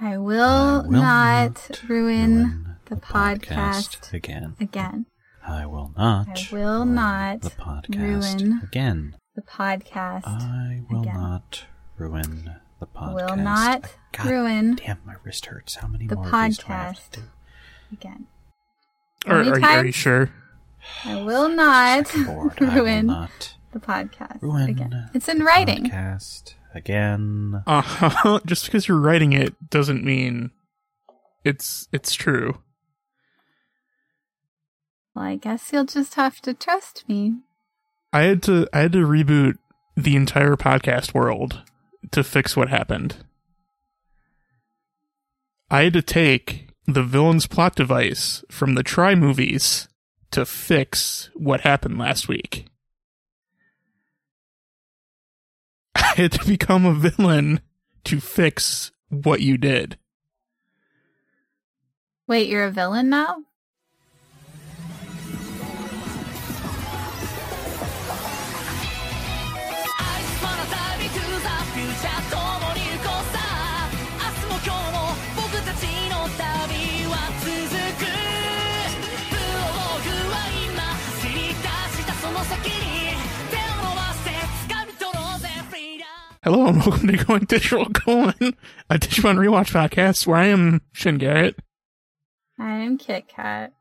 I will, not, ruin, the podcast, again. again. I will not. I will ruin not the podcast ruin again. The podcast. I will again. not ruin the podcast. Will not God ruin Damn, my wrist hurts. How many the more of these do I have to podcast. do? again. Are, are, you- are you Anytime sure? I will not I'm bored. I will ruin not the podcast ruin. again. It's in the writing. Podcast again. Uh, just because you're writing it doesn't mean it's it's true. Well, I guess you'll just have to trust me. I had to I had to reboot the entire podcast world to fix what happened. I had to take the villain's plot device from the Try movies to fix what happened last week. I had to become a villain to fix what you did. Wait, you're a villain now? 「あいつまな旅 to the future」「共に行こうさ」「明日も今日も僕たちの旅は続く」「ブログは今知り出したその先に手を伸ばして掴み取ろうぜフリーダム」 Hello and welcome to Going Digital Colon, a Digimon Rewatch podcast where I am Shin Garrett. I am Kit Kat.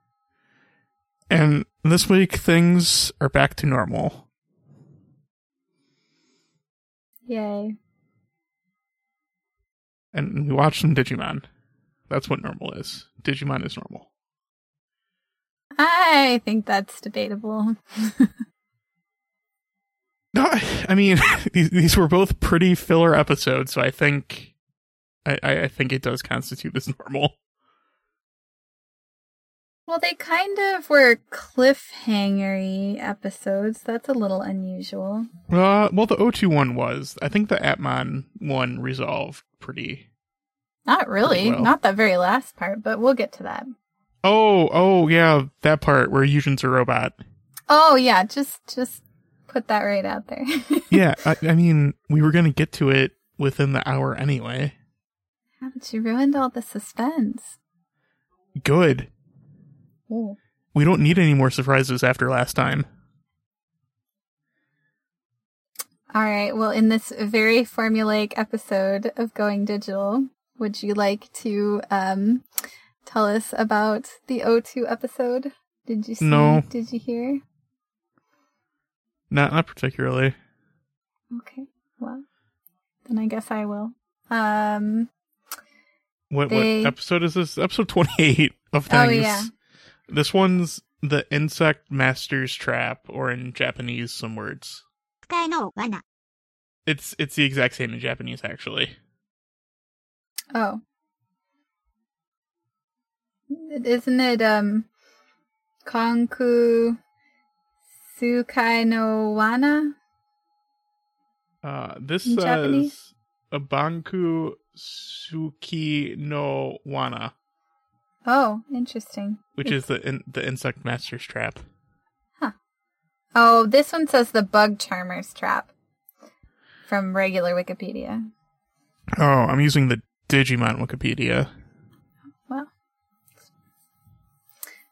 And this week things are back to normal. Yay. And we watched some Digimon. That's what normal is. Digimon is normal. I think that's debatable. No, I mean these these were both pretty filler episodes, so I think I, I I think it does constitute as normal. Well, they kind of were cliffhangery episodes. That's a little unusual. Uh, well, the O2 one was. I think the Atmon one resolved pretty. Not really. Pretty well. Not that very last part, but we'll get to that. Oh, oh yeah, that part where Yujin's a robot. Oh yeah, just just put that right out there. yeah, I, I mean, we were going to get to it within the hour anyway. Haven't you ruined all the suspense? Good. Oh. Ooh. We don't need any more surprises after last time. All right. Well, in this very formulaic episode of Going Digital, would you like to um, tell us about the O2 episode? Did you see? No. Did you hear? Not, not particularly. Okay. Well, then I guess I will. Um, What, They- what episode is this? Episode 28 of Things. Oh, yeah. This one's The Insect Master's Trap, or in Japanese, some words. 使えの罠。 It's it's the exact same in Japanese, actually. oh. Isn't it um, Konku Sukai no Wana? Uh, this In says Japanese? Abanku Suki no Wana, Oh, interesting. which is the in, the insect master's trap. Oh, this one says the bug charmer's trap from regular Wikipedia. Oh, I'm using the Digimon Wikipedia. Well,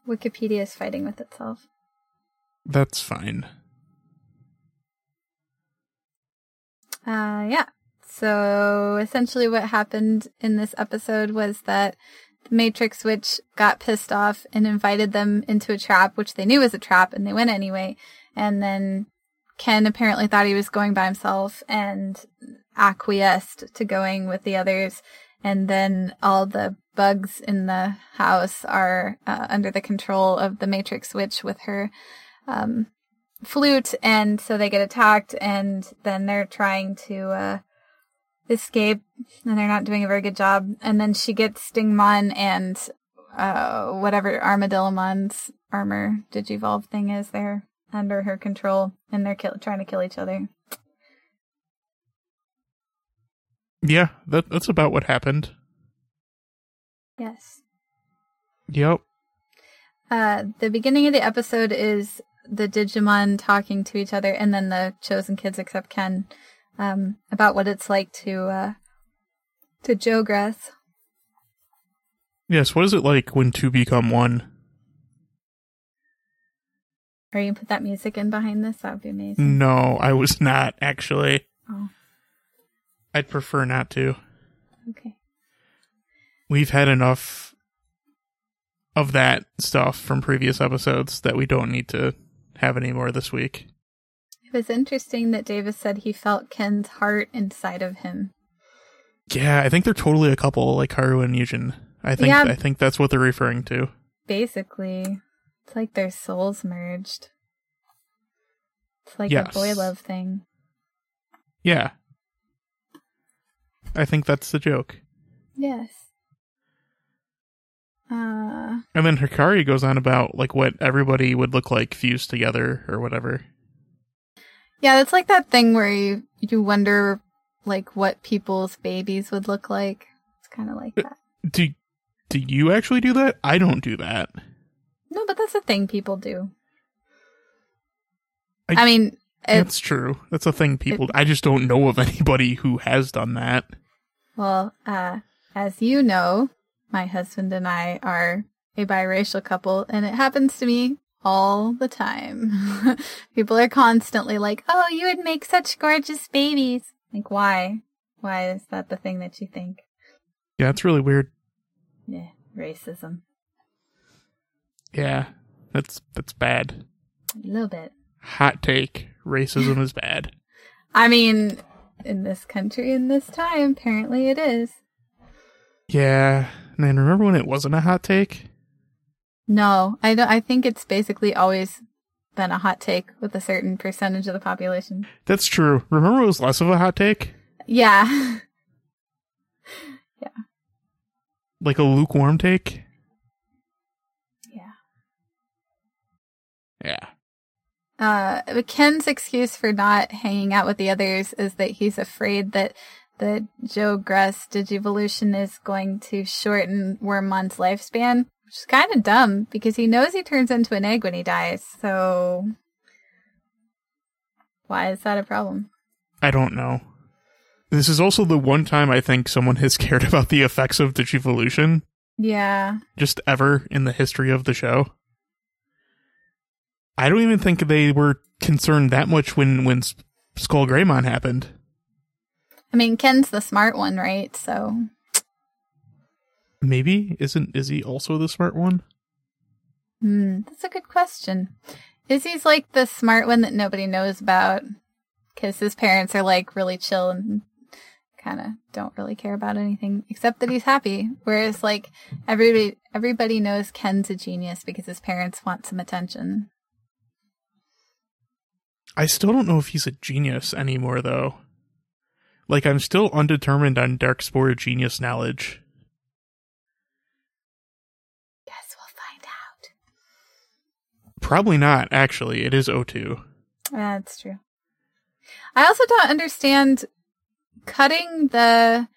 Wikipedia is fighting with itself. That's fine. Uh, yeah. So essentially, what happened in this episode was that the Matrix Witch got pissed off and invited them into a trap, which they knew was a trap, and they went anyway. And then Ken apparently thought he was going by himself and acquiesced to going with the others. And then all the bugs in the house are uh, under the control of the Matrix Witch with her um, flute, and so they get attacked, and then they're trying to uh, escape, and they're not doing a very good job. And then she gets Stingmon and uh, whatever Armadillomon's armor digivolve thing is there under her control, and they're kill- trying to kill each other. Yeah, that that's about what happened. Yes. Yep. Uh, the beginning of the episode is the Digimon talking to each other, and then the chosen kids, except Ken, um, about what it's like to uh, to Jogress. Yes, what is it like when two become one? Or you can put that music in behind this. That would be amazing. No, I was not actually. Oh, I'd prefer not to. okay. We've had enough of that stuff from previous episodes that we don't need to have any more this week. It was interesting that Davis said he felt Ken's heart inside of him. Yeah, I think they're totally a couple, like Haru and Yujin. I think Yeah. I think that's what they're referring to. Basically, it's like their souls merged. It's like a Yes. boy love thing. Yeah. I think that's the joke. Yes. Uh, And then Hikari goes on about like what everybody would look like fused together or whatever. yeah, it's like that thing where you you wonder like what people's babies would look like. It's kind of like that. Do do you actually do that? I don't do that. No, but that's a thing people do. I- I, mean, it, That's true. That's a thing people I just don't know of anybody who has done that. well, uh, as you know, my husband and I are a biracial couple, and it happens to me all the time. people are constantly like, "Oh, you would make such gorgeous babies." Like, why? Why is that the thing that you think? Yeah, it's really weird. Yeah, racism. Yeah. That's that's bad. A little bit. Hot take. Racism is bad. I mean, in this country, in this time, apparently it is. Yeah. Man, remember when it wasn't a hot take? No, I don't. I think it's basically always been a hot take with a certain percentage of the population. That's true. Remember it was less of a hot take? Yeah, Like a lukewarm take? yeah. Yeah. Uh, but Ken's excuse for not hanging out with the others is that he's afraid that the Joe Gruss Digivolution is going to shorten Wormmon's lifespan, which is kind of dumb because he knows he turns into an egg when he dies. So, why is that a problem? I don't know. This is also the one time I think someone has cared about the effects of Digivolution Yeah, just ever in the history of the show. I don't even think they were concerned that much when when S- Skull Greymon happened. I mean Ken's the smart one, right? So, Maybe isn't is he also the smart one? hmm, that's a good question. Izzy's like the smart one that nobody knows about because his parents are like really chill and kind of don't really care about anything except that he's happy. Whereas like everybody everybody knows Ken's a genius because his parents want some attention. I still don't know if he's a genius anymore though. Like I'm still undetermined on Dark Spore genius knowledge. Guess we'll Probably not actually. It is O2. find out. That's true. I also don't understand cutting the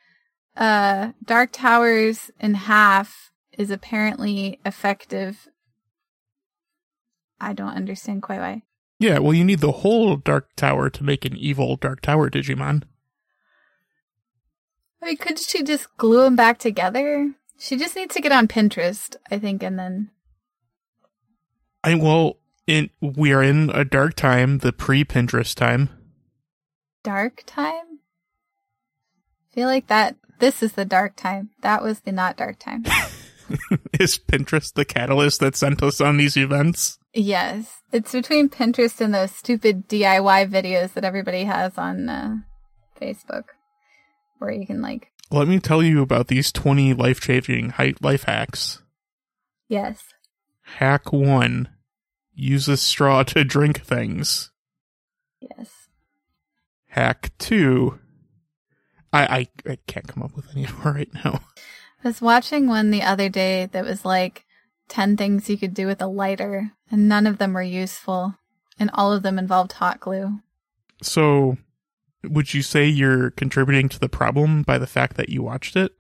uh dark towers in half is apparently effective i don't understand quite why Yeah, well you need the whole Dark Tower to make an evil Dark Tower Digimon. i mean could she just glue them back together she just needs to get on pinterest i think and then I well, in we are in a dark time, the pre Pinterest time. dark time I feel like that this is the dark time that was the not dark time Is Pinterest the catalyst that sent us on these events? yes it's between pinterest and those stupid diy videos that everybody has on uh, facebook where you can like Let me tell you about these twenty life changing life hacks. yes Hack one: use a straw to drink things. yes Hack two: I I, I can't come up with any more right now. I was watching one the other day that was like 10 things you could do with a lighter, and none of them were useful, and all of them involved hot glue. So, would you say you're contributing to the problem by the fact that you watched it?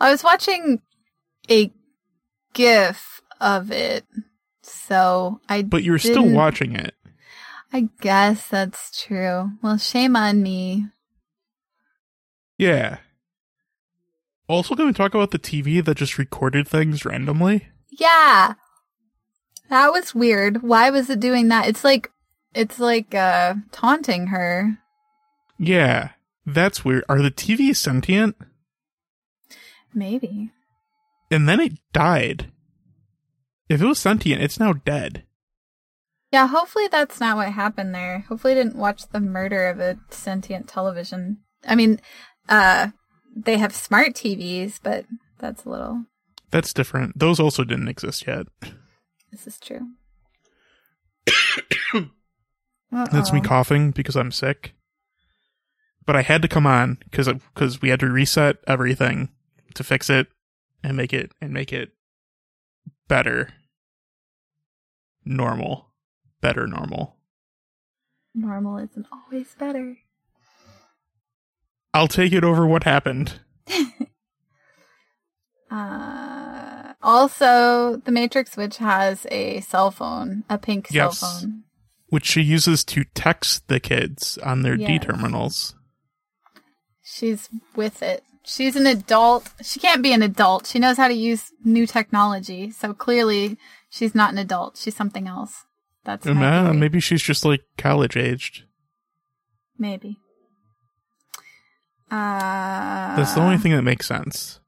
I was watching a GIF of it, so I. But you're still Didn't- watching it. I guess that's true. Well, shame on me. Yeah. also going to talk about the TV that just recorded things randomly? Yeah. That was weird. Why was it doing that? It's like it's like uh taunting her. Yeah, that's weird. Are the TVs sentient? Maybe. And then it died. If it was sentient, it's now dead. Yeah, hopefully that's not what happened there. Hopefully I didn't watch the murder of a sentient television. I mean, uh they have smart TVs, but that's a little That's different. Those also didn't exist yet. this is true. That's me Uh-oh. coughing because I'm sick. But I had to come on because because we had to reset everything to fix it and make it and make it better, normal, better normal. Normal isn't always better. I'll take it over what happened. Uh, also, the Matrix Witch has a cell phone, a pink Yes. cell phone. which she uses to text the kids on their D Yes. terminals. She's with it. She's an adult. She can't be an adult. She knows how to use new technology. So clearly, she's not an adult. She's something else. That's my Nah, theory. maybe she's just like college aged. Maybe. Uh, That's the only thing that makes sense.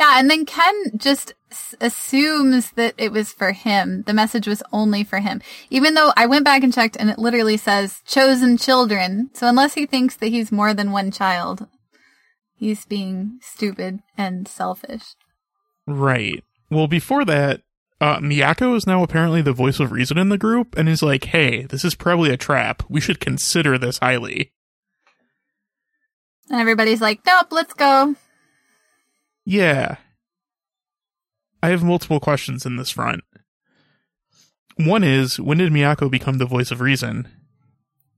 Yeah, and then Ken just s- assumes that it was for him. The message was only for him. Even though I went back and checked and it literally says chosen children. So unless he thinks that he's more than one child, he's being stupid and selfish. Right. Well, before that, uh, Miyako is now apparently the voice of reason in the group and is like, hey, this is probably a trap. We should consider this highly. And everybody's like, nope, let's go. Yeah. I have multiple questions in this front. One is when did Miyako become the voice of reason?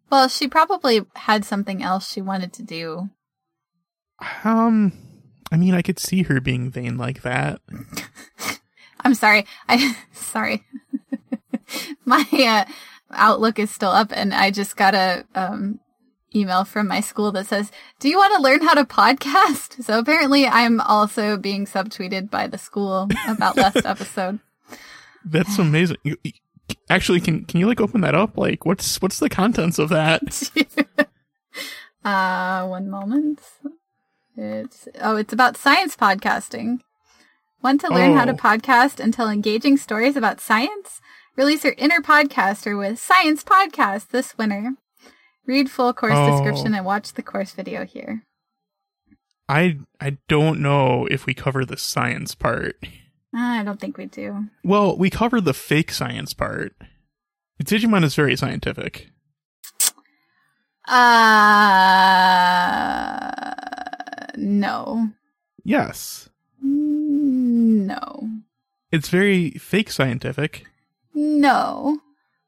Well, she probably had something else she wanted to do. Um, I mean, I could see her being vain like that. I'm sorry. I sorry. my uh, outlook is still up, and I just got a um, email from my school that says, "Do you want to learn how to podcast?" So apparently, I'm also being subtweeted by the school about last episode. That's amazing. You- you- Actually, can can you like open that up? Like, what's what's the contents of that? uh, one moment. It's oh, it's about science podcasting. Want to learn how to Oh. podcast and tell engaging stories about science? Release your inner podcaster with Science Podcast this winter. Read full course Oh. description and watch the course video here. I I don't know if we cover the science part. Ah, I don't think we do. Well, we cover the fake science part. Digimon is very scientific. Uh, no. Yes, No. it's very fake scientific. No.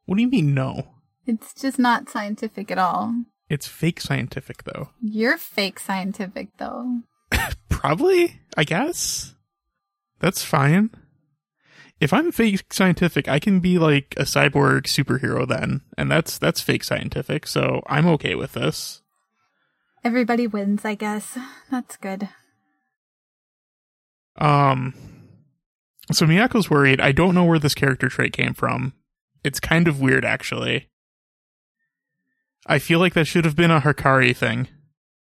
What do you mean? No, It's just not scientific at all. it's fake scientific though. You're fake scientific, though. Probably, I guess. That's fine. If I'm fake scientific, I can be like a cyborg superhero then, and that's that's fake scientific, so I'm okay with this. Everybody wins, I guess. That's good. Um so Miyako's worried. I don't know where this character trait came from. It's kind of weird actually. I feel like that should have been a Hikari thing.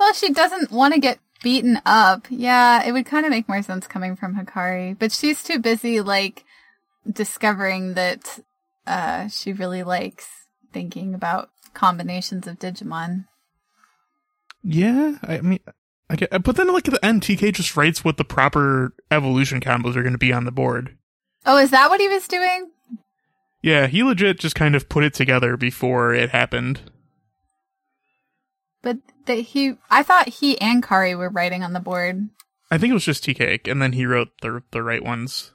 Well, she doesn't want to get beaten up. Yeah, it would kind of make more sense coming from Hikari, but she's too busy, like, discovering that uh, she really likes thinking about combinations of Digimon. Yeah, I mean I get, but then like at the end TK just writes what the proper evolution combos are going to be on the board. Oh, is that what he was doing? Yeah, he legit just kind of put it together before it happened. But that he, I thought he and Kari were writing on the board. I think it was just tea cake, and then he wrote the the right ones.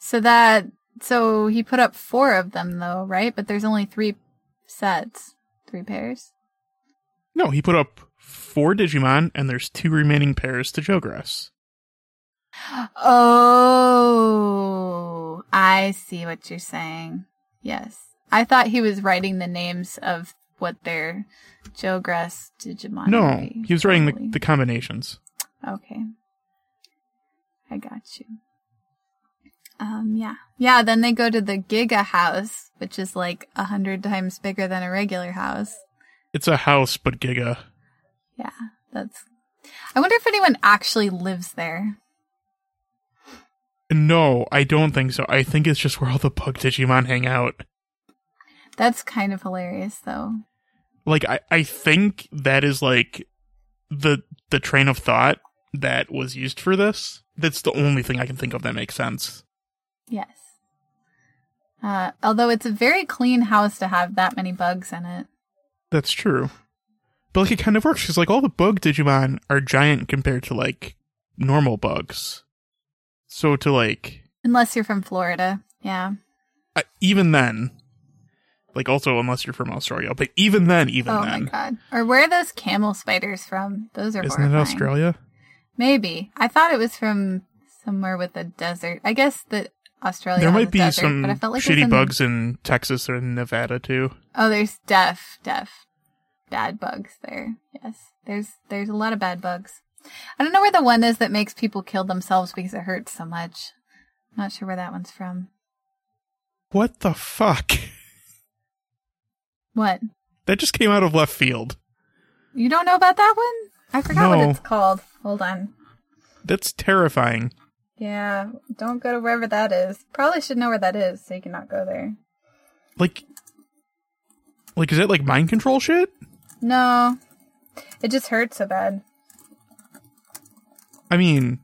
So that so he put up four of them though, right? But there's only three sets, three pairs. No, he put up four Digimon, and there's two remaining pairs to Jogress. Oh, I see what you're saying. Yes. I thought he was writing the names of what their Joe Grass Digimon. No, would be, he was writing the, probably. the combinations. Okay. I got you. Um, yeah. Yeah, then they go to the Giga house, which is like a hundred times bigger than a regular house. It's a house, but Giga. Yeah, that's. I wonder if anyone actually lives there. No, I don't think so. I think it's just where all the bug Digimon hang out. That's kind of hilarious, though. Like I, I think that is like the the train of thought that was used for this. That's the only thing I can think of that makes sense. Yes. Uh, although it's a very clean house to have that many bugs in it. That's true. But like it kind of works because like all the bug Digimon are giant compared to like normal bugs. So to like Unless you're from Florida. Yeah. I, Uh, even then, like also unless you're from Australia, but even then, even oh then, my god. Or where are those camel spiders from? Those are isn't horrifying. Oh, it Australia? Maybe. I thought it was from somewhere with a desert. I guess that Australia there has might a be desert, some but I felt like it's shitty in- bugs in Texas or Nevada too. Oh, there's deaf, deaf, bad bugs there. Yes, there's there's a lot of bad bugs. I don't know where the one is that makes people kill themselves because it hurts so much. I'm not sure where that one's from. What the fuck? What? That just came out of left field. You don't know about that one? I forgot No. what it's called. Hold on. That's terrifying. Yeah, don't go to wherever that is. Probably should know where that is so you can not go there. Like, like is that like mind control shit? No. It just hurts so bad. I mean,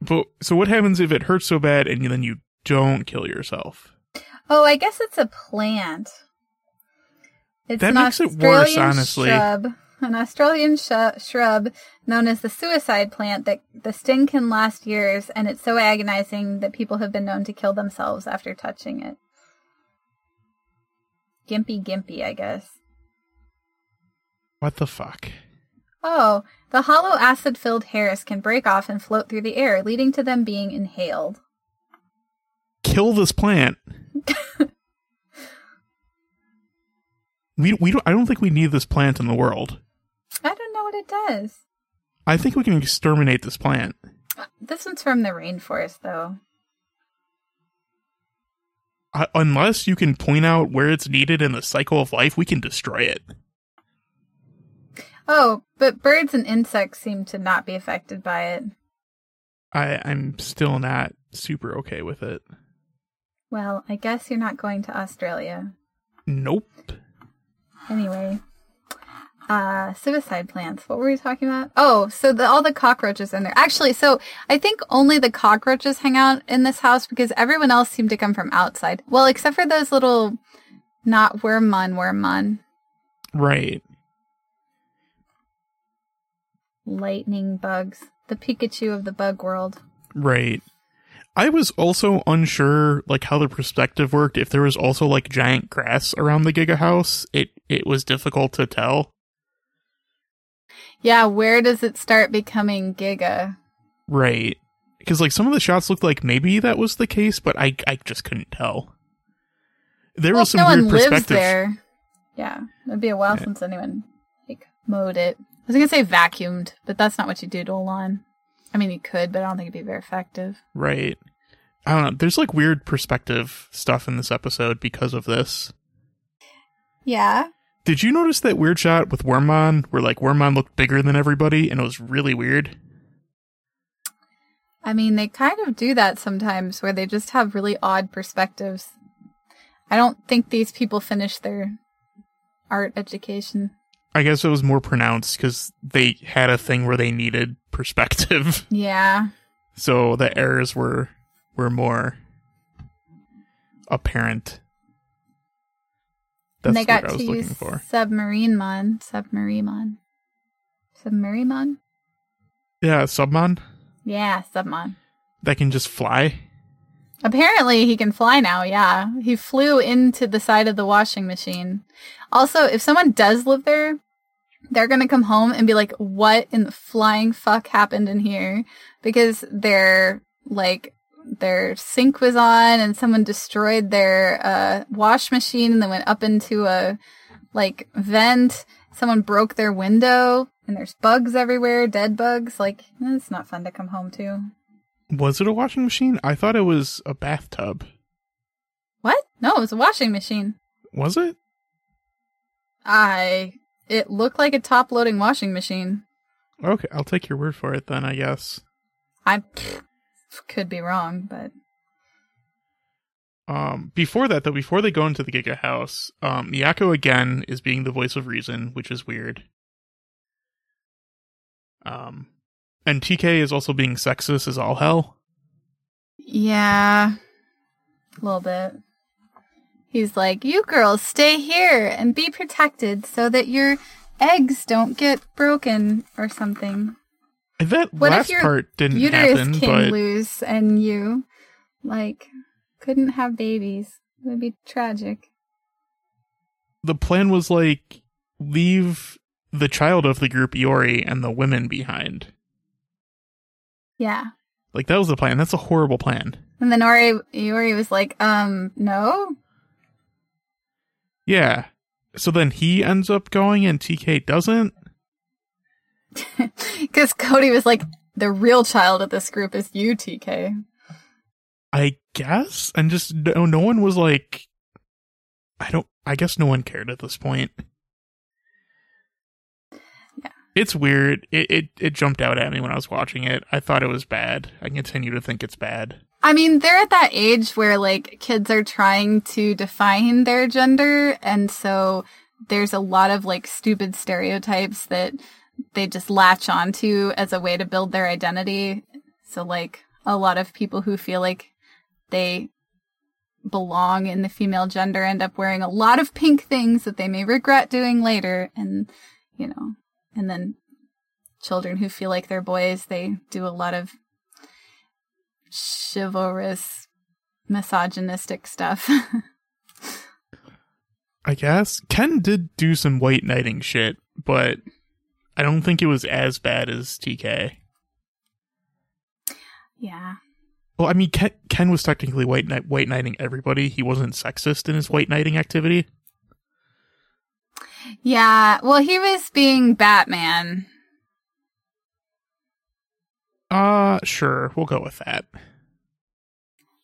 but so what happens if it hurts so bad and then you don't kill yourself? Oh, I guess it's a plant. It's That an makes it Australian worse, honestly. Shrub, an Australian sh- shrub known as the suicide plant that the sting can last years, and it's so agonizing that people have been known to kill themselves after touching it. Gimpy, gimpy, I guess. What the fuck? Oh, the hollow acid filled hairs can break off and float through the air, leading to them being inhaled. Kill this plant. we we don't. I don't think we need this plant in the world. I don't know what it does. I think we can exterminate this plant. This one's from the rainforest, though. Uh, unless you can point out where it's needed in the cycle of life, we can destroy it. Oh, but birds and insects seem to not be affected by it. I, I'm still not super okay with it. Well, I guess you're not going to Australia. Nope. Anyway, uh, suicide plants. What were we talking about? Oh, so the, all the cockroaches in there. Actually, so I think only the cockroaches hang out in this house because everyone else seemed to come from outside. Well, except for those little, not wormmon, wormmon, Right. lightning bugs. The Pikachu of the bug world. Right. I was also unsure like how the perspective worked. If there was also like giant grass around the Giga House, it it was difficult to tell. Yeah, where does it start becoming Giga? Right. Because like some of the shots looked like maybe that was the case, but I I just couldn't tell. There Well, was if some no weird one lives perspective. there. Yeah, it'd be a while Yeah. since anyone like mowed it. I was gonna say vacuumed, but that's not what you do to a lawn. I mean, you could, but I don't think it'd be very effective. Right. I don't know. There's like weird perspective stuff in this episode because of this. Yeah. Did you notice that weird shot with Wormmon where like Wormmon looked bigger than everybody and it was really weird? I mean, they kind of do that sometimes where they just have really odd perspectives. I don't think these people finish their art education. I guess it was more pronounced because they had a thing where they needed perspective, Yeah. so the errors were were more apparent. That's and they got what I was to looking use for. submarine mon, submarine mon, submarine mon. Yeah, Submon Yeah, submon. that can just fly. Apparently, he can fly now. Yeah, he flew into the side of the washing machine. Also, if someone does live there, they're gonna come home and be like, "What in the flying fuck happened in here?" Because their like their sink was on, and someone destroyed their uh, wash machine, and they went up into a like vent. Someone broke their window, and there's bugs everywhere, dead bugs. Like it's not fun to come home to. Was it a washing machine? I thought it was a bathtub. What? No, it was a washing machine. Was it? I. It looked like a top-loading washing machine. Okay, I'll take your word for it then, I guess. I pff, could be wrong, but Um, before that, though, before they go into the Giga House, um, Miyako again is being the voice of reason, which is weird. Um, and TK is also being sexist as all hell. yeah, a little bit. He's like, "You girls stay here and be protected so that your eggs don't get broken or something." That What if last your part didn't Uterus happen, came but loose and you, like, couldn't have babies. It would be tragic. the plan was like leave the child of the group Iori and the women behind. Yeah. Like that was the plan. That's a horrible plan. And then Ori, Iori was like, um, no. Yeah. So then he ends up going and TK doesn't. Because Cody was like, the real child of this group is you, TK. I guess, and just no, no one was like, I don't. I guess no one cared at this point. Yeah. It's weird. It, it it jumped out at me when I was watching it. I thought it was bad. I continue to think it's bad. I mean, they're at that age where, like, kids are trying to define their gender. And so there's a lot of, like, stupid stereotypes that they just latch onto as a way to build their identity. So, like, a lot of people who feel like they belong in the female gender end up wearing a lot of pink things that they may regret doing later. And, you know, and then children who feel like they're boys, they do a lot of chivalrous, misogynistic stuff. I guess Ken did do some white knighting shit, but I don't think it was as bad as TK. yeah. Well, I mean, Ken, Ken was technically white knight, white knighting everybody. He wasn't sexist in his white knighting activity. Yeah. Well, he was being Batman. Uh, sure, we'll go with that. I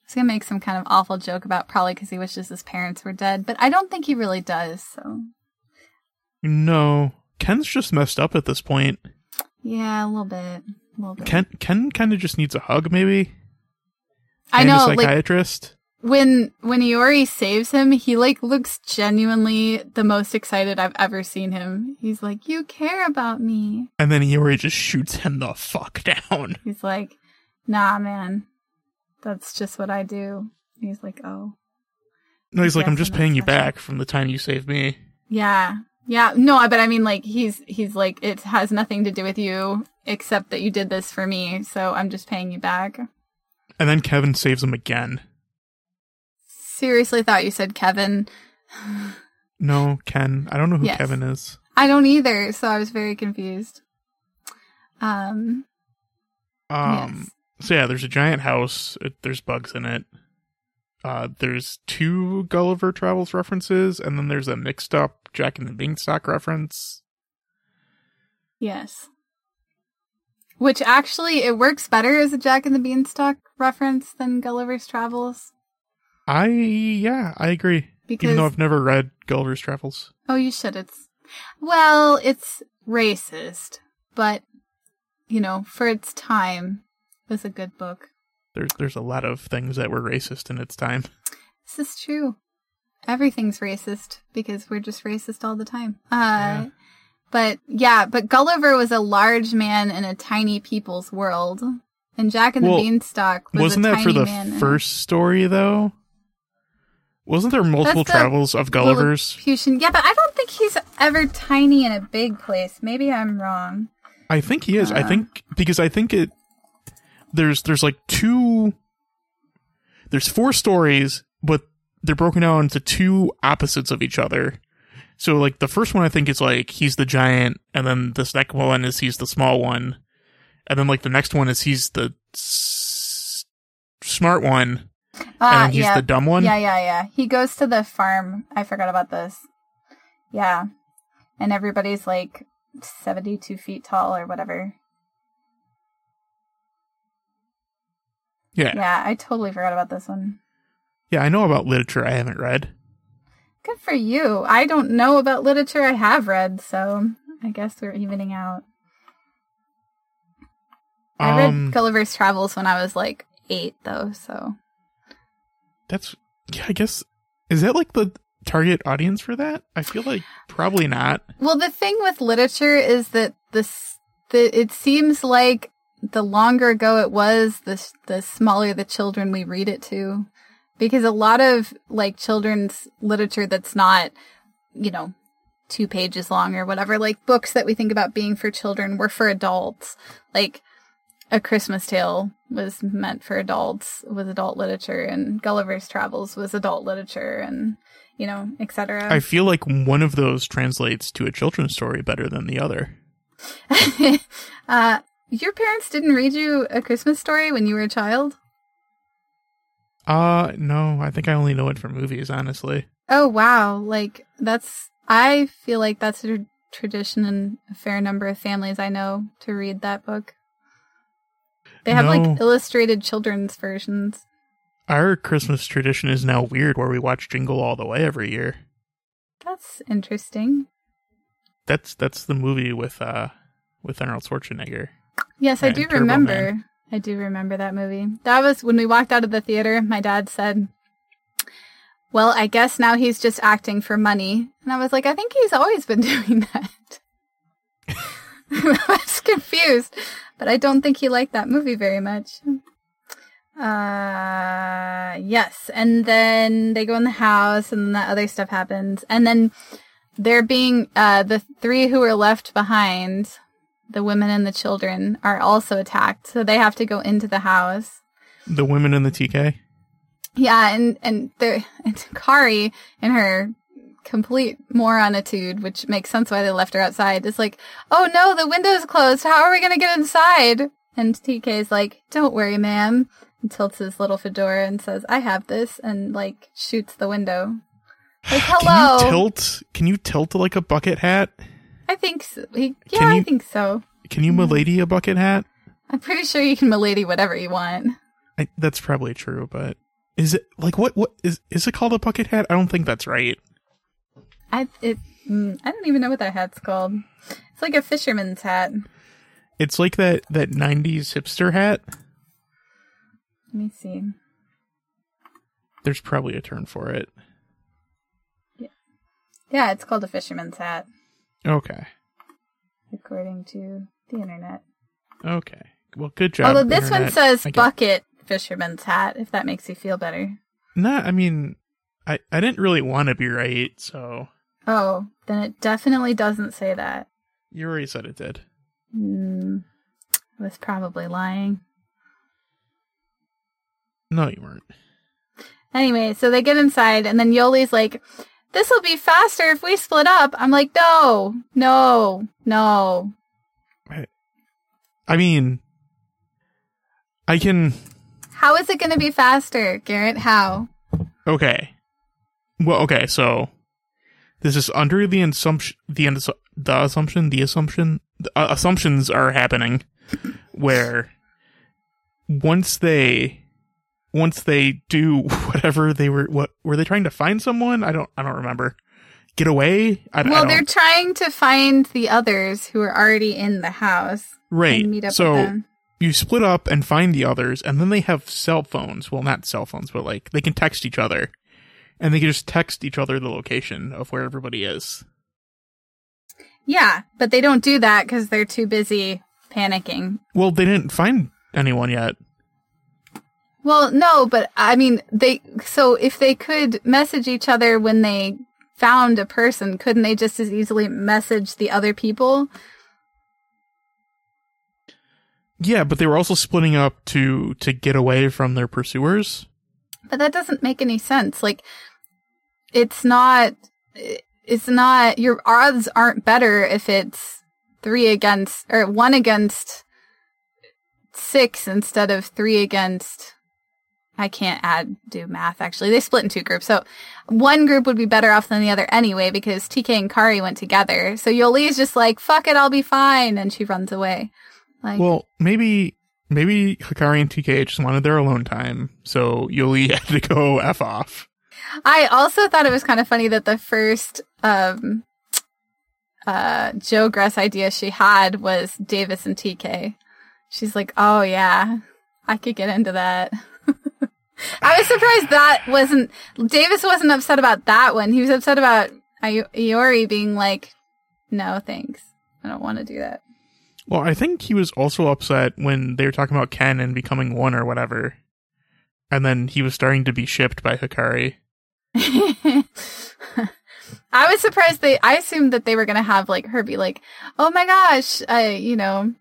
was going to make some kind of awful joke about probably because he wishes his parents were dead, but I don't think he really does. So, No, Ken's just messed up at this point. yeah, a little bit. A little bit. Ken Ken kind of just needs a hug, maybe. I And a know, like, psychiatrist. when when Iori saves him, he like looks genuinely the most excited I've ever seen him. He's like, "You care about me." and then Iori just shoots him the fuck down. He's like, "Nah, man. That's just what I do." He's like, "Oh." No, he's like, Yeah, I'm just so paying you that's- back from the time you saved me. Yeah. Yeah. No, I- but I mean like he's he's like it has nothing to do with you except that you did this for me, so I'm just paying you back. And then Kevin saves him again. Seriously thought you said Kevin. No, Ken. I don't know who Yes. Kevin is. I don't either, so I was very confused. Um Um. So yeah, there's a giant house. It, there's bugs in it. Uh, there's two Gulliver Travels references, and then there's a mixed up Jack and the Beanstalk reference. yes. Which actually it works better as a Jack and the Beanstalk reference than Gulliver's Travels I yeah, I agree. Even because though I've never read Gulliver's Travels. Oh, you should. It's well, it's racist, but you know, for its time, it was a good book. There's there's a lot of things that were racist in its time. This is true. Everything's racist because we're just racist all the time. Uh, Yeah. But yeah, but Gulliver was a large man in a tiny people's world, and Jack and Well, the Beanstalk was Wasn't a that tiny for the man in a- first story though? Wasn't there multiple the travels of Gulliver's? Lilliputian- Yeah, but I don't think he's ever tiny in a big place. Maybe I'm wrong. I think he is. I Uh. think because I think it there's there's like two there's four stories, but they're broken down into two opposites of each other. So like the first one I think is like he's the giant, and then the second one is he's the small one, and then like the next one is he's the s- smart one, and Ah, then he's yeah. the dumb one. Yeah, yeah, yeah. He goes to the farm. I forgot about this. Yeah. And everybody's like, 72 feet tall or whatever. Yeah. yeah. Yeah, I totally forgot about this one. I know about literature I haven't read. Good for you. I don't know about literature I have read, so I guess we're evening out. I read Um, Gulliver's Travels when I was like eight, though, so. that's yeah, I guess is that like the target audience for that? I feel like probably not. Well, the thing with literature is that this, the, it seems like the longer ago it was, the s- the smaller the children we read it to, because a lot of like children's literature that's not, you know, two pages long or whatever, like books that we think about being for children were for adults, like. A Christmas Tale was meant for adults, was adult literature, and Gulliver's Travels was adult literature, and you know, etc. I feel like one of those translates to a children's story better than the other. uh, your parents didn't read you a Christmas story when you were a child? Uh no, I think I only know it from movies, honestly. Oh wow! Like that's I feel like that's a tradition in a fair number of families I know to read that book. They have No. like illustrated children's versions. Our Christmas tradition is now weird where we watch Jingle All the Way every year. That's interesting. That's that's the movie with uh with Arnold Schwarzenegger. Yes, I Right, do Turbo remember. Man. I do remember that movie. That was when we walked out of the theater. My dad said, "Well, I guess now he's just acting for money," and I was like, "I think he's always been doing that." I was confused, but I don't think he liked that movie very much. Uh, yes, and then they go in the house, and then that other stuff happens, and then they're being uh the three who are left behind the women and the children are also attacked, so they have to go into the house. The women in the TK. Yeah, and and there and Kari and her complete moronitude, which makes sense why they left her outside, is like, oh no, the window's closed. How are we gonna get inside? And TK is like, don't worry, ma'am. And tilts his little fedora and says, I have this, and like shoots the window. Like, hello. Can you tilt can you tilt like a bucket hat? I think so. He, Can yeah, I you- think so. Can you milady a bucket hat? I'm pretty sure you can milady whatever you want. I, that's probably true, but is it like what what is is it called a bucket hat? I don't think that's right. I it mm, I don't even know what that hat's called. It's like a fisherman's hat. Let It's like that that 90s hipster hat. me see. There's probably a term for it. Yeah, it's called a fisherman's hat, Okay. according to the internet. Okay. Well, good job. Although this one Internet. says I get- bucket fisherman's hat, if that makes you feel better. Nah, I mean, I I didn't really want to be right, so Oh, then it definitely doesn't say that. you already said it did. Mm, I was probably lying. No, you weren't. Anyway, so they get inside, and then Yoli's like, "This will be faster if we split up." I'm like, "No, no, no." I mean, I can. How is it going to be faster, Garrett? How? Okay. Well, okay, so this is under the assumption the ins- the assumption the assumption the, uh, assumptions are happening where once they once they do whatever they were what were they trying to find someone? I don't I don't remember. Get away? I, d- I Well, don't they're trying to find the others who are already in the house right. and meet up so with them. you split up and find the others, and then they have cell phones. Well, not cell phones, but like they can text each other, and they can just text each other the location of where everybody is. Yeah, but they don't do that because they're too busy panicking. Well, they didn't find anyone yet. Well, no, but I mean, they. So if they could message each other when they found a person, couldn't they just as easily message the other people? Yeah, but they were also splitting up to to get away from their pursuers. But that doesn't make any sense. Like, it's not. It's not. Your odds aren't better if it's three against or one against six instead of three against I can't add do math actually. They split in two groups. So one group would be better off than the other anyway because TK and Kari went together. So Yoli is just like, fuck it, I'll be fine and she runs away. Like Well, maybe maybe Hikari and TK just wanted their alone time, so Yoli had to go f off. I also thought it was kind of funny that the first um uh Joe Gress idea she had was Davis and TK. She's like, "Oh yeah, I could get into that." I was surprised that wasn't Davis wasn't upset about that one. He was upset about I- Iori being like, "No, thanks. I don't want to do that." Well, I think he was also upset when they were talking about Ken and becoming one or whatever. And then he was starting to be shipped by Hikari. I was surprised they. I assumed that they were gonna have like her be like, "Oh my gosh, uh, you know,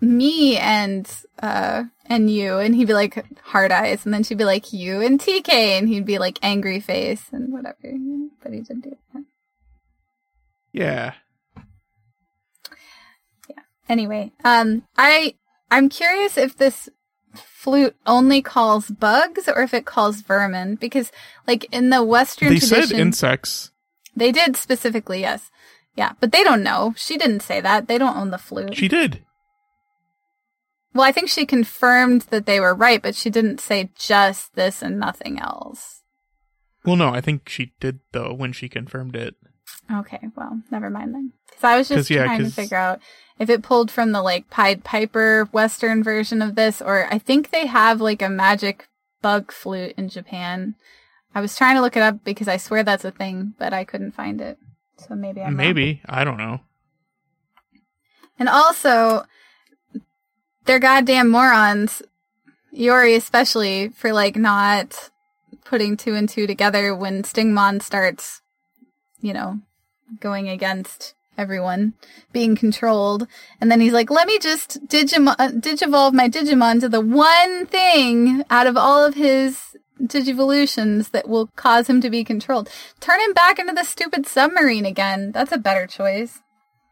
me and uh and you," and he'd be like hard eyes, and then she'd be like you and TK, and he'd be like angry face and whatever. But he didn't do that. Yeah. Anyway, um, I I'm curious if this flute only calls bugs or if it calls vermin because like in the Western they tradition, said insects. They did specifically, yes. Yeah, but they don't know. She didn't say that. They don't own the flute. She did. well, I think she confirmed that they were right, but she didn't say just this and nothing else. Well, no, I think she did though when she confirmed it. Okay, well, never mind then. Because I was 'Cause, just yeah, trying 'cause- to figure out if it pulled from the like Pied Piper Western version of this, or I think they have like a magic bug flute in Japan. I was trying to look it up because I swear that's a thing, but I couldn't find it. So maybe I'm wrong. Maybe I don't know. And also, they're goddamn morons, Yori especially, for like not putting two and two together when Stingmon starts, you know, going against everyone, being controlled. And then he's like, let me just Digimon, uh, Digivolve my Digimon to the one thing out of all of his Digivolutions that will cause him to be controlled. Turn him back into the stupid submarine again. That's a better choice.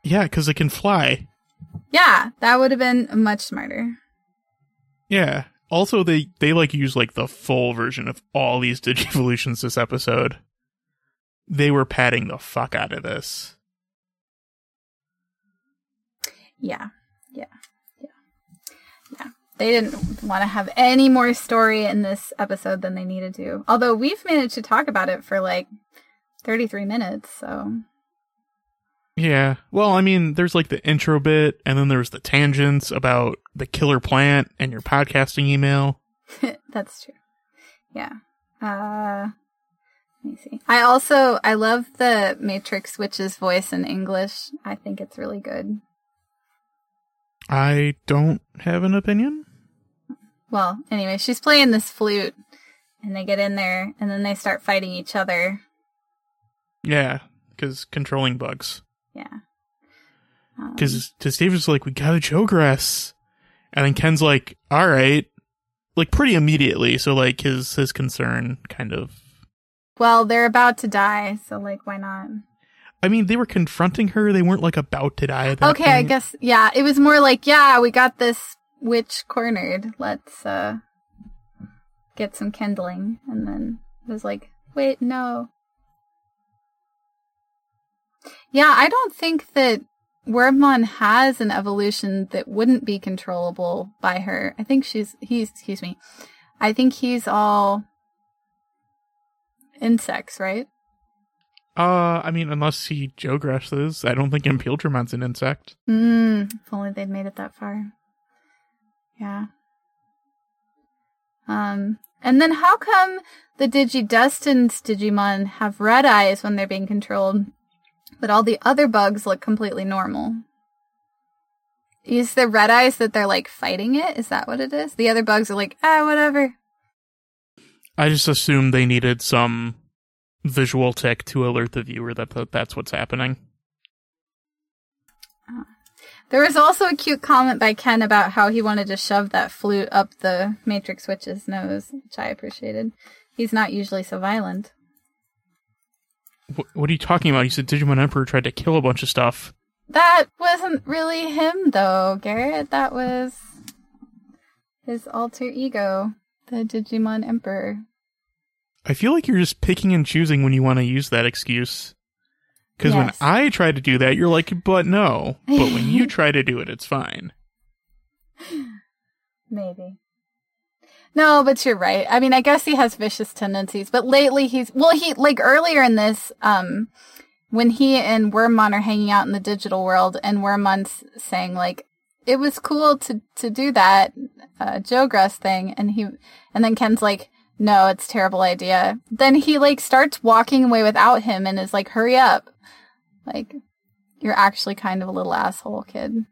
Yeah, because it can fly. Yeah, that would have been much smarter. Yeah. Also, they they like use like the full version of all these digivolutions this episode. They were padding the fuck out of this. Yeah, yeah, yeah, yeah. They didn't want to have any more story in this episode than they needed to. Although we've managed to talk about it for like 33 minutes, so Yeah. Well, I mean, there's like the intro bit, and then there's the tangents about the killer plant and your podcasting email. that's true. Yeah. Uh, let me see. I also I love the Matrix Witch's voice in English. I think it's really good. I don't have an opinion. Well, anyway, she's playing this flute, and they get in there, and then they start fighting each other. Yeah, because controlling bugs. Yeah. Um, Because David's like, we gotta Jogress. And then Ken's like, all right. Like, pretty immediately. So, like, his, his concern kind of. well, they're about to die, so like, why not? I mean, they were confronting her. They weren't, like, about to die at that Okay, I point. guess. Yeah, it was more like, yeah, we got this witch cornered. Let's uh get some kindling, and then it was like, wait, no. Yeah, I don't think that Wormmon has an evolution that wouldn't be controllable by her. I think she's he's excuse me. I think he's all insects, right? Uh, I mean, unless he Jogresses. I don't think Impildramon's an insect. Mm, if only they'd made it that far. Yeah. Um, and then how come the Digidestin's Digimon have red eyes when they're being controlled, but all the other bugs look completely normal? Is the red eyes that they're like fighting it? Is that what it is? The other bugs are like, ah, whatever. I just assumed they needed some visual tick to alert the viewer that th- that's what's happening. There was also a cute comment by Ken about how he wanted to shove that flute up the Matrix Witch's nose, which I appreciated. He's not usually so violent. Wh- what are you talking about? He said Digimon Emperor tried to kill a bunch of stuff. That wasn't really him, though, Garrett. That was his alter ego The Digimon Emperor. I feel like you're just picking and choosing when you want to use that excuse. Because Yes. when I try to do that, you're like, but no. But when you try to do it, it's fine. Maybe. No, but you're right. I mean, I guess he has vicious tendencies, but lately he's well. He like earlier in this, um, when he and Wormmon are hanging out in the digital world, and Wormmon's saying like it was cool to to do that uh, Joe Grass thing, and he and then Ken's like, no, it's a terrible idea. Then he like starts walking away without him, and is like, hurry up, like you're actually kind of a little asshole, kid.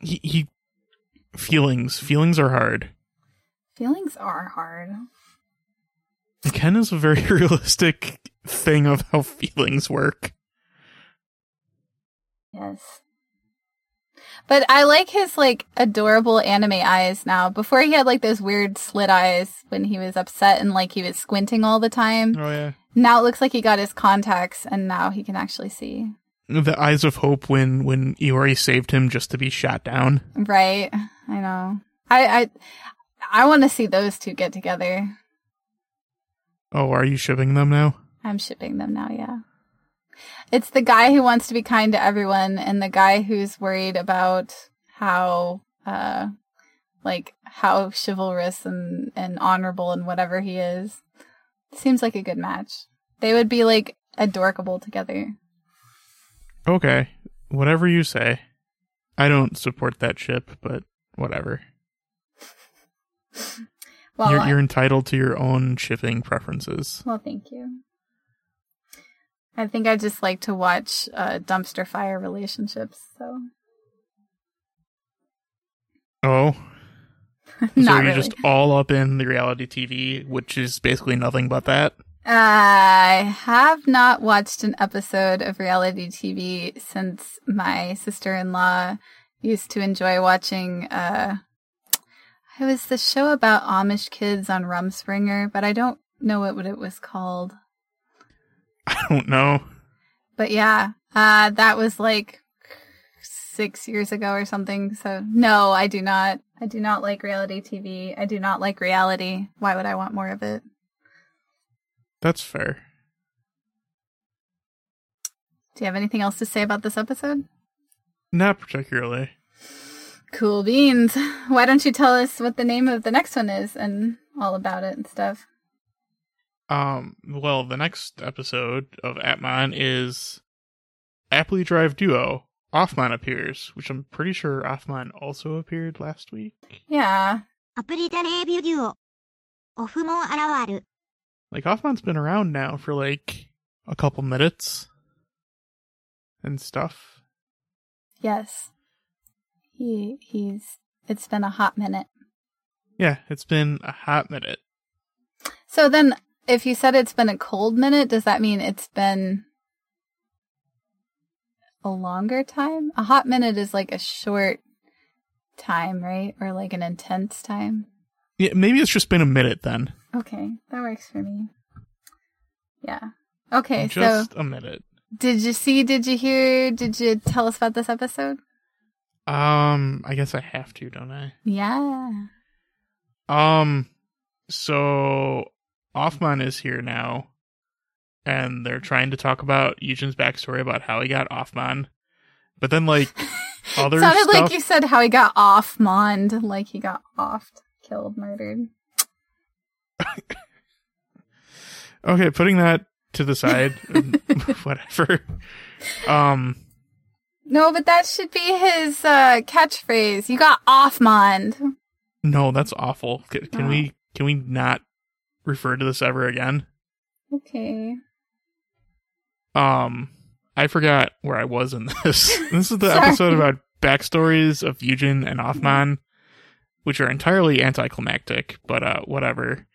He, he feelings feelings are hard. Feelings are hard. Ken is a very realistic thing of how feelings work. Yes. But I like his like adorable anime eyes now. Before he had like those weird slit eyes when he was upset and like he was squinting all the time. Oh yeah, Now it looks like he got his contacts and now he can actually see. the eyes of hope when when Iori saved him just to be shot down. Right. I know. I I I want to see those two get together. Oh, are you shipping them now? I'm shipping them now, yeah. It's the guy who wants to be kind to everyone and the guy who's worried about how uh like how chivalrous and and honorable and whatever he is. Seems like a good match. They would be like adorkable together. Okay, whatever you say. I don't support that ship, but whatever. Well, you're, you're entitled to your own shipping preferences. well, thank you. I think I just like to watch uh, dumpster fire relationships, so Oh, so not you're really. just all up in the reality TV, which is basically nothing but that. I have not watched an episode of reality TV since my sister in law used to enjoy watching. Uh, it was the show about Amish kids on Rumspringer, but I don't know what it was called. I don't know. But yeah, uh, that was like six years ago or something. So no, I do not. I do not like reality TV. I do not like reality. Why would I want more of it? That's fair. Do you have anything else to say about this episode? Not particularly. Cool beans. Why don't you tell us what the name of the next one is and all about it and stuff? Um, well, the next episode of Atmon is Aptly Drive Duo. Offmon appears, which I'm pretty sure Offmon also appeared last week. Yeah. アプリテレビューをオフも現る。 Like Offmon's been around now for like a couple minutes and stuff. Yes. He he's it's been a hot minute. Yeah, it's been a hot minute. So then if you said it's been a cold minute, does that mean it's been a longer time? A hot minute is like a short time, right? Or like an intense time. Yeah, maybe it's just been a minute then. Okay, that works for me. Yeah. Okay, so just a minute. Did you see? Did you hear? Did you tell us about this episode? Um, I guess I have to, don't I? Yeah. Um, so Offman is here now, and they're trying to talk about Eugen's backstory about how he got Offman, but then like other Sounded stuff. like you said how he got off mond, like he got offed, killed, murdered. okay, putting that to the side, um, whatever. Um, No, but that should be his uh, catchphrase. You got off mond. no, that's awful. Can, can Oh. we can we not refer to this ever again? Okay. Um, I forgot where I was in this. this is the Sorry. episode about backstories of Eugen and Offman, which are entirely anticlimactic, but uh, whatever.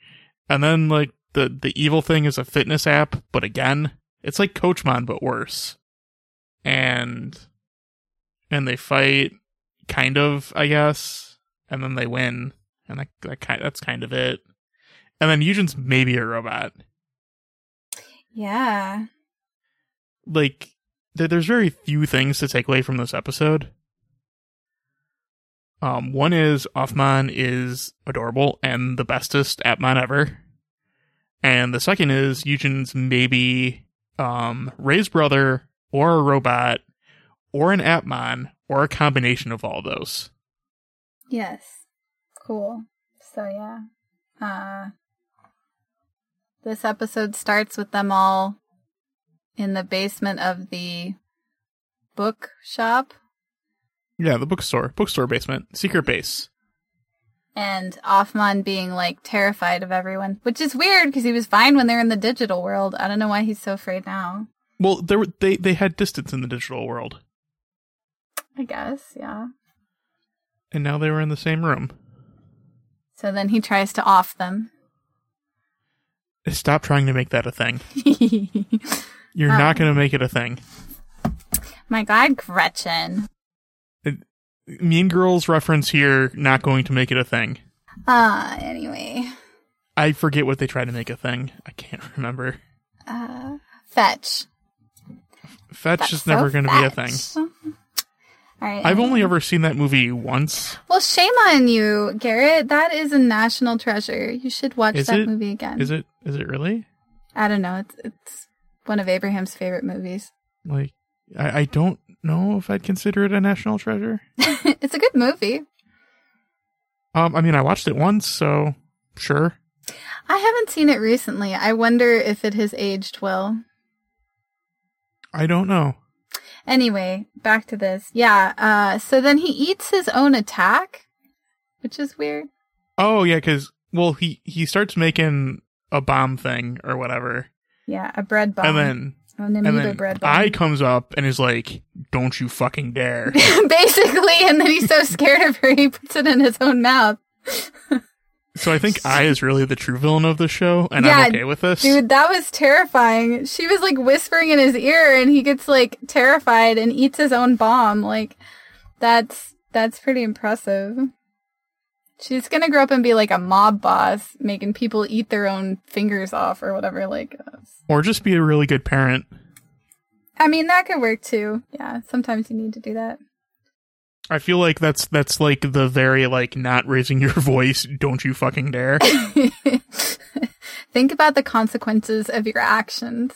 And then like the the evil thing is a fitness app, but again, it's like Coachmon but worse. And and they fight, kind of, I guess, and then they win, and that that kind that's kind of it. And then Eugen's maybe a robot Yeah. like there, there's very few things to take away from this episode. Um, one is Offmon is adorable and the bestest Atmon ever. And the second is Eugen's maybe um, Ray's brother or a robot or an Atmon or a combination of all those. Yes. Cool. So yeah. Uh this episode starts with them all in the basement of the book shop Yeah, the bookstore, bookstore basement, secret base. and Offmon being like terrified of everyone, which is weird because he was fine when they're in the digital world. I don't know why he's so afraid now. Well, there were, they they had distance in the digital world, I guess, yeah. and now they were in the same room. So then he tries to off them. Stop trying to make that a thing. You're not Um. going to make it a thing. My God, Gretchen. Mean Girls reference here, not going to make it a thing. Uh, anyway, I forget what they try to make a thing. I can't remember. uh, fetch. Fetch That's is never going to be a thing. thing. All right. I've anyway. only ever seen that movie once. Well, shame on you, Garrett. That is a national treasure. You should watch Is that it? movie again. Is it? Is it really? I don't know. It's it's one of Abraham's favorite movies. Like, I, I don't know if I'd consider it a national treasure. it's a good movie. Um, I mean, I watched it once, so sure. I haven't seen it recently. I wonder if it has aged well. I don't know. Anyway, back to this. Yeah. Uh. So then he eats his own attack, which is weird. Oh yeah, because well, he he starts making a bomb thing or whatever, Yeah, a bread bomb. and then an amoeba and then bread bomb. I comes up and is like, "Don't you fucking dare!" Basically, and then he's so scared of her, he puts it in his own mouth. so I think I is really the true villain of the show, and Yeah, I'm okay with this. Dude, that was terrifying. She was like whispering in his ear and he gets like terrified and eats his own bomb. Like that's that's pretty impressive. She's going to grow up and be like a mob boss making people eat their own fingers off or whatever like uh, Or just be a really good parent. I mean that could work too. Yeah, sometimes you need to do that. I feel like that's that's like the very like not raising your voice, don't you fucking dare. Think about the consequences of your actions.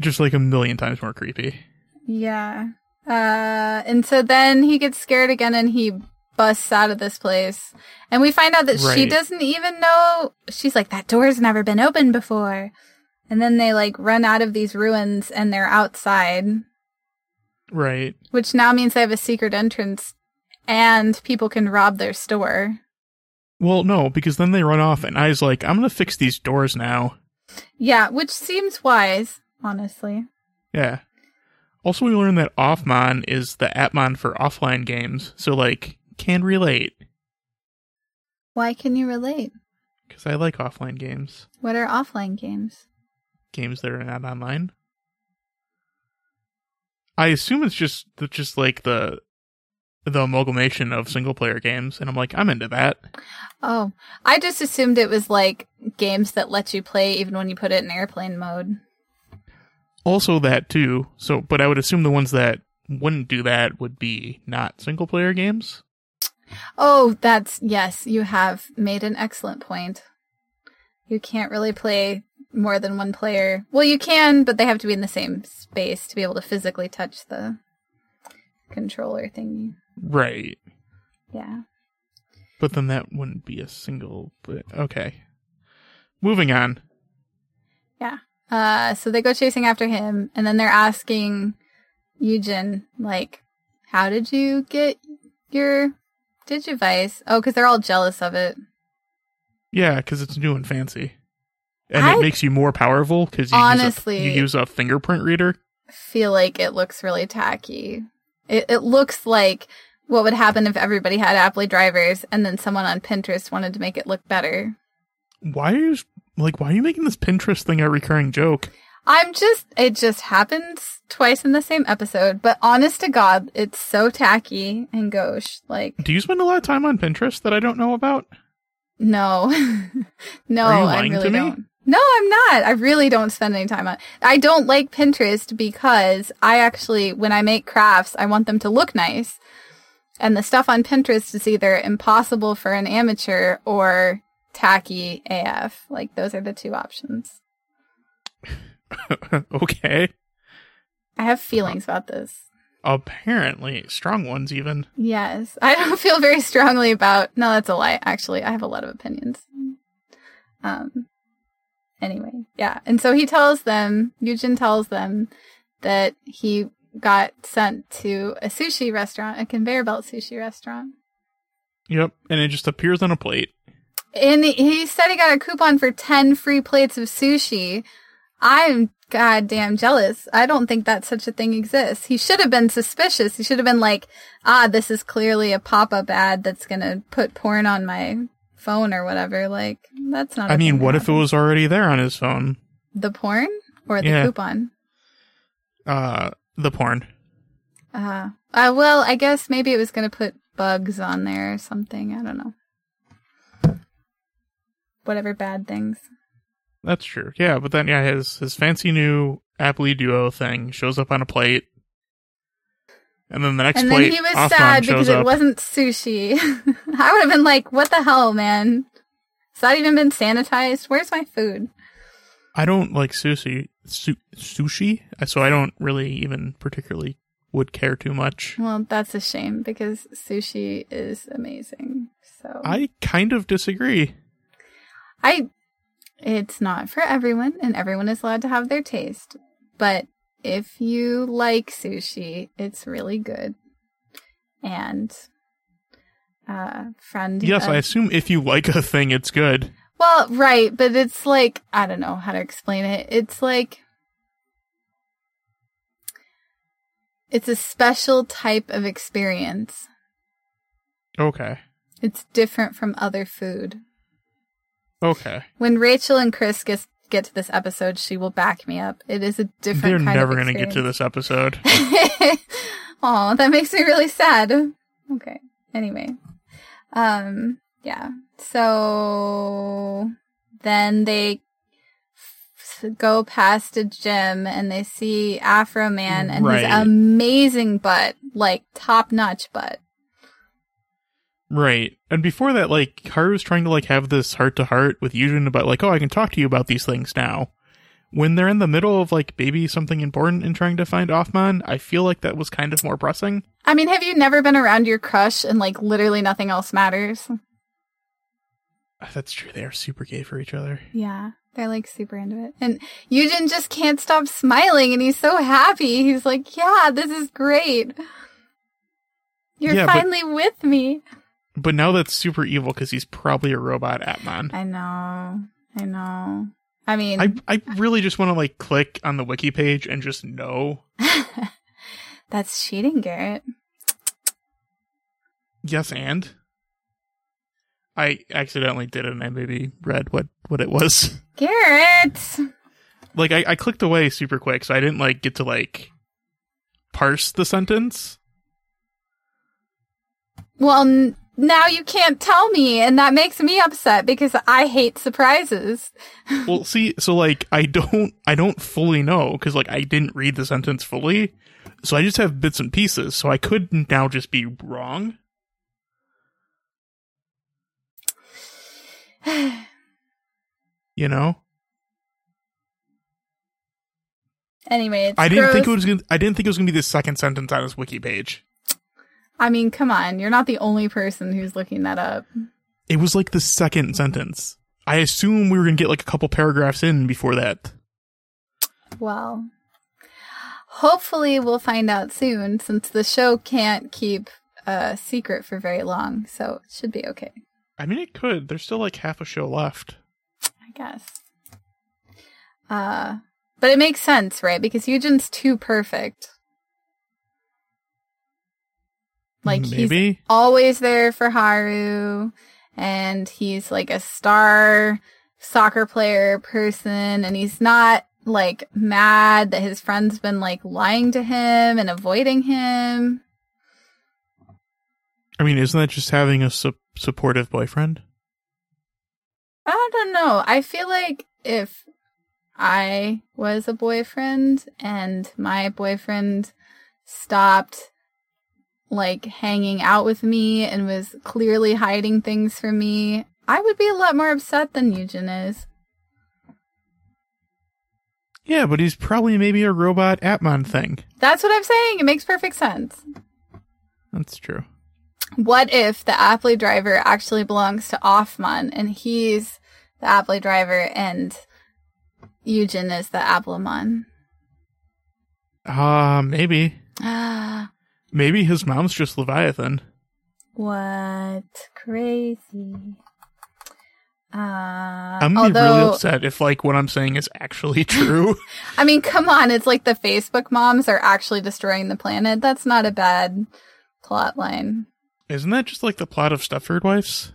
just like a million times more creepy. Yeah. Uh, and so then he gets scared again and he busts out of this place. And we find out that she Right. doesn't even know. She's like, that door's never been opened before. And then they like run out of these ruins and they're outside, Right. which now means they have a secret entrance and people can rob their store. Well, no, because then they run off and I's like, I'm gonna fix these doors now. Yeah, which seems wise, honestly. Yeah. Also we learned that Offmon is the Atmon for offline games, so like can relate. Why can you relate? Because I like offline games. What are offline games? Games that are not online. I assume it's just it's just like the the amalgamation of single player games, and I'm like, I'm into that. Oh, I just assumed it was like games that let you play even when you put it in airplane mode. also that too. So, but I would assume the ones that wouldn't do that would be not single player games. Oh, that's yes, you have made an excellent point. You can't really play more than one player. Well, you can, but they have to be in the same space to be able to physically touch the controller thingy. Right. Yeah. But then that wouldn't be a single pla- okay. Moving on. Uh, so they go chasing after him, and then they're asking Eugen, like, how did you get your digivice? Oh, because they're all jealous of it. Yeah, because it's new and fancy. And I- it makes you more powerful because you, Honestly- use a, you use a fingerprint reader. feel like it looks really tacky. It, it looks like what would happen if everybody had Apple drivers and then someone on Pinterest wanted to make it look better. Why are you like? Why are you making this Pinterest thing a recurring joke? I'm just, it just happens twice in the same episode, but honest to God, it's so tacky and gauche. Like, Do you spend a lot of time on Pinterest that I don't know about? no, no, Are you I lying to really me? don't. No, I'm not. I really don't spend any time on. I don't like Pinterest because I actually, when I make crafts, I want them to look nice. And the stuff on Pinterest is either impossible for an amateur or tacky AF. Like those are the two options. okay. I have Uh-huh. feelings about this. Apparently, strong ones even. Yes. I don't feel very strongly about no, that's a lie, actually. I have a lot of opinions. Um anyway, yeah. And so he tells them, Yujin tells them that he got sent to a sushi restaurant, a conveyor belt sushi restaurant. Yep. And it just appears on a plate. And he said he got a coupon for ten free plates of sushi. I'm goddamn jealous. I don't think that such a thing exists. He should have been suspicious. He should have been like, ah, this is clearly a pop up ad that's gonna put porn on my phone or whatever. Like that's not. I a mean, thing what that if it was already there on his phone? happens. the porn or the Yeah. coupon? Uh, the porn. Uh, uh, well, I guess maybe it was gonna put bugs on there or something. I don't know. Whatever bad things. That's true. Yeah, but then yeah, his his fancy new Apple Duo thing shows up on a plate, and then the next and plate, then he was Offman sad shows because it up. wasn't sushi. I would have been like, "What the hell, man? It's not even been sanitized. Where's my food?" I don't like sushi, su- sushi, so I don't really even particularly would care too much. Well, that's a shame because sushi is amazing. So I kind of disagree. I- it's not for everyone, and everyone is allowed to have their taste. But if you like sushi, it's really good. And uh, friend, Yes, of- I assume if you like a thing, it's good. Well, right, but it's like I don't know how to explain it. It's like it's a special type of experience. Okay, It's different from other food. okay. When Rachel and Chris get, get to this episode, she will back me up. It is a different. They're kind never going gonna get to this episode. this. Aw, that makes me really sad. Okay. Anyway, um, yeah. So then they f- go past a gym and they see Afro Man and his Right. amazing butt, like top notch butt. Right. And before that, like Haru's trying to like have this heart to heart with Yujin about like, oh, I can talk to you about these things now. When they're in the middle of like maybe something important and trying to find Offman, I feel like that was kind of more pressing. I mean, have you never been around your crush and like literally nothing else matters? Ah, That's true. They are super gay for each other. Yeah, they're like super into it. And Yujin just can't stop smiling and he's so happy. He's like, Yeah, this is great. You're Yeah, but- finally with me. But now that's super evil because he's probably a robot Atman. I know. I know. I mean, I, I really just want to like click on the wiki page and just know. that's cheating, Garrett. Yes, and I accidentally did it and I maybe read what, what it was. Garrett! like I, I clicked away super quick, so I didn't like get to like parse the sentence. Well, n- now you can't tell me, and that makes me upset because I hate surprises. Well, see, so like I don't I don't fully know because like I didn't read the sentence fully, so I just have bits and pieces. So I could now just be wrong. You know, Anyway, it's I didn't think it gross. was gonna, I didn't think it was gonna be the second sentence on his wiki page. I mean, come on. You're not the only person who's looking that up. It was like the second sentence. I assume we were gonna get like a couple paragraphs in before that. Well, hopefully we'll find out soon since the show can't keep a secret for very long. So it should be okay, I mean, it could. There's still like half a show left. I guess. Uh, but it makes sense, right? Because Eugen's too perfect. Like he's maybe. always there for Haru and he's like a star soccer player person and he's not like mad that his friend's been like lying to him and avoiding him. I mean, isn't that just having a su- supportive boyfriend? I don't know. I feel like if I was a boyfriend and my boyfriend stopped like hanging out with me and was clearly hiding things from me, I would be a lot more upset than Eugen is. Yeah, but he's probably maybe a robot Atmon thing. That's what I'm saying. It makes perfect sense. That's true. What if the Apley driver actually belongs to Offman and he's the Apley driver and Eugen is the Ablamon? Uh maybe. Ah, Maybe his mom's just Leviathan. what crazy. Uh, I'm gonna although, be really upset if like what I'm saying is actually true. I mean, come on, it's like the Facebook moms are actually destroying the planet. That's not a bad plot line. Isn't that just like the plot of Stepford Wives?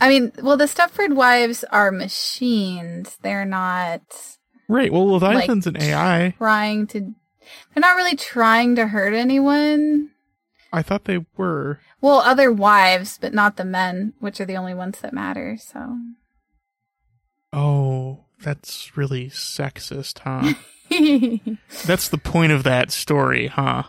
I mean, well, the Stepford wives are machines. They're not Right. Well, Leviathan's an AI. trying to, they're not really trying to hurt anyone. I thought they were. Well, other wives, but not the men, which are the only ones that matter. So, Oh, that's really sexist, huh? that's the point of that story, huh?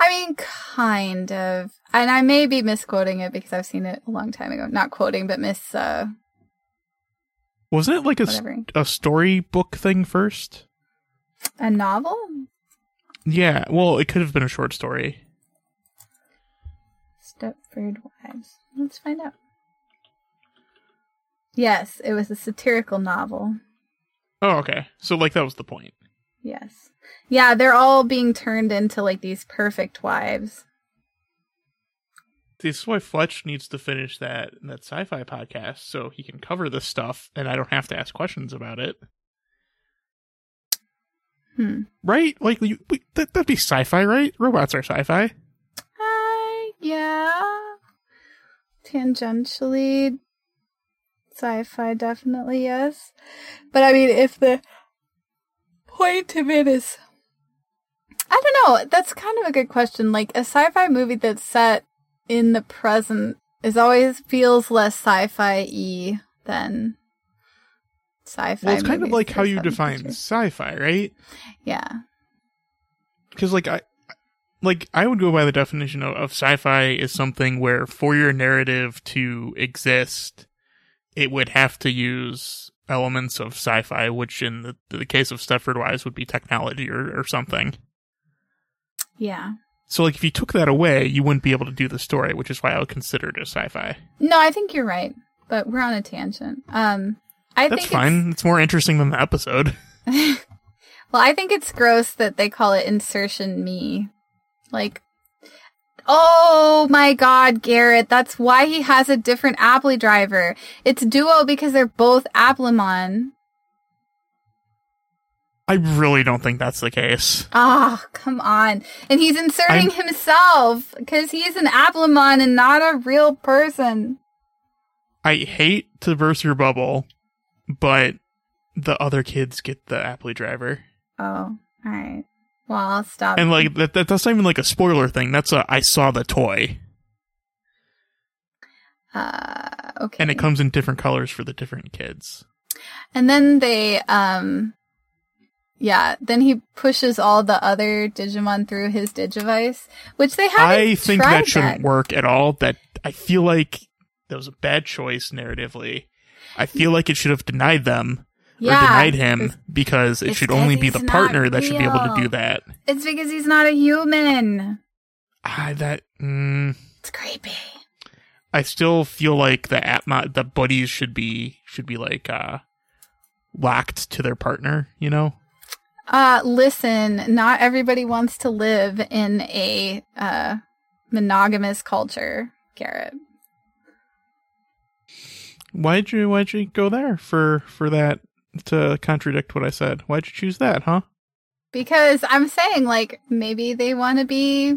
I mean, kind of. And I may be misquoting it because I've seen it a long time ago. Not quoting, but miss, uh, Wasn't it like a, s- Whatever. a storybook thing first? a novel? Yeah, well, it could have been a short story. Stepford Wives. Let's find out. Yes, it was a satirical novel. Oh, okay. So, like, that was the point. Yes. Yeah, they're all being turned into like these perfect wives. This is why Fletch needs to finish that that sci-fi podcast so he can cover this stuff, and I don't have to ask questions about it. Hmm. Right? Like, you, we, that, that'd be sci-fi, right? Robots are sci-fi. Uh, yeah. Tangentially, sci fi, definitely, yes. But I mean, if the point of it is. I don't know. That's kind of a good question. Like, a sci fi movie that's set in the present is always feels less sci fi y than sci fi. Well, it's kind of like how you define sci-fi, right? Yeah. because like I, like I would go by the definition of, of sci-fi is something where for your narrative to exist, it would have to use elements of sci-fi, which in the, the case of Stepford Wives would be technology or, or something. Yeah. So like if you took that away, you wouldn't be able to do the story, which is why I would consider it a sci-fi. No, I think you're right, but we're on a tangent. Um, I That's think fine. It's... more interesting than the episode. It's, well, I think it's gross that they call it insertion me. Like, oh my God, Garrett, that's why he has a different Appley driver. It's duo because they're both Applemon. I really don't think that's the case. Ah, come on. And he's inserting himself because he's an Applemon and not a real person. I hate to burst your bubble, but the other kids get the Appley driver. Oh, all right. Well, I'll stop. and like that, that that's not even like a spoiler thing that's a i saw the toy uh, okay. and it comes in different colors for the different kids And then they, um, yeah, then he pushes all the other Digimon through his Digivice, which they haven't i think tried that shouldn't work at all that i feel like that was a bad choice narratively i feel like it should have denied them Yeah, or denied him it's- because it it's should 'cause only be he's the not partner that should be able to real. do that It's because he's not a human. i Ah, that mm, It's creepy. i still feel like the atma the buddies should be should be like uh locked to their partner you know Uh, listen, not everybody wants to live in a, uh, monogamous culture, Garrett. Why'd you why'd you go there for for that to contradict what I said? Why'd you choose that, huh? Because I'm saying, like, maybe they want to be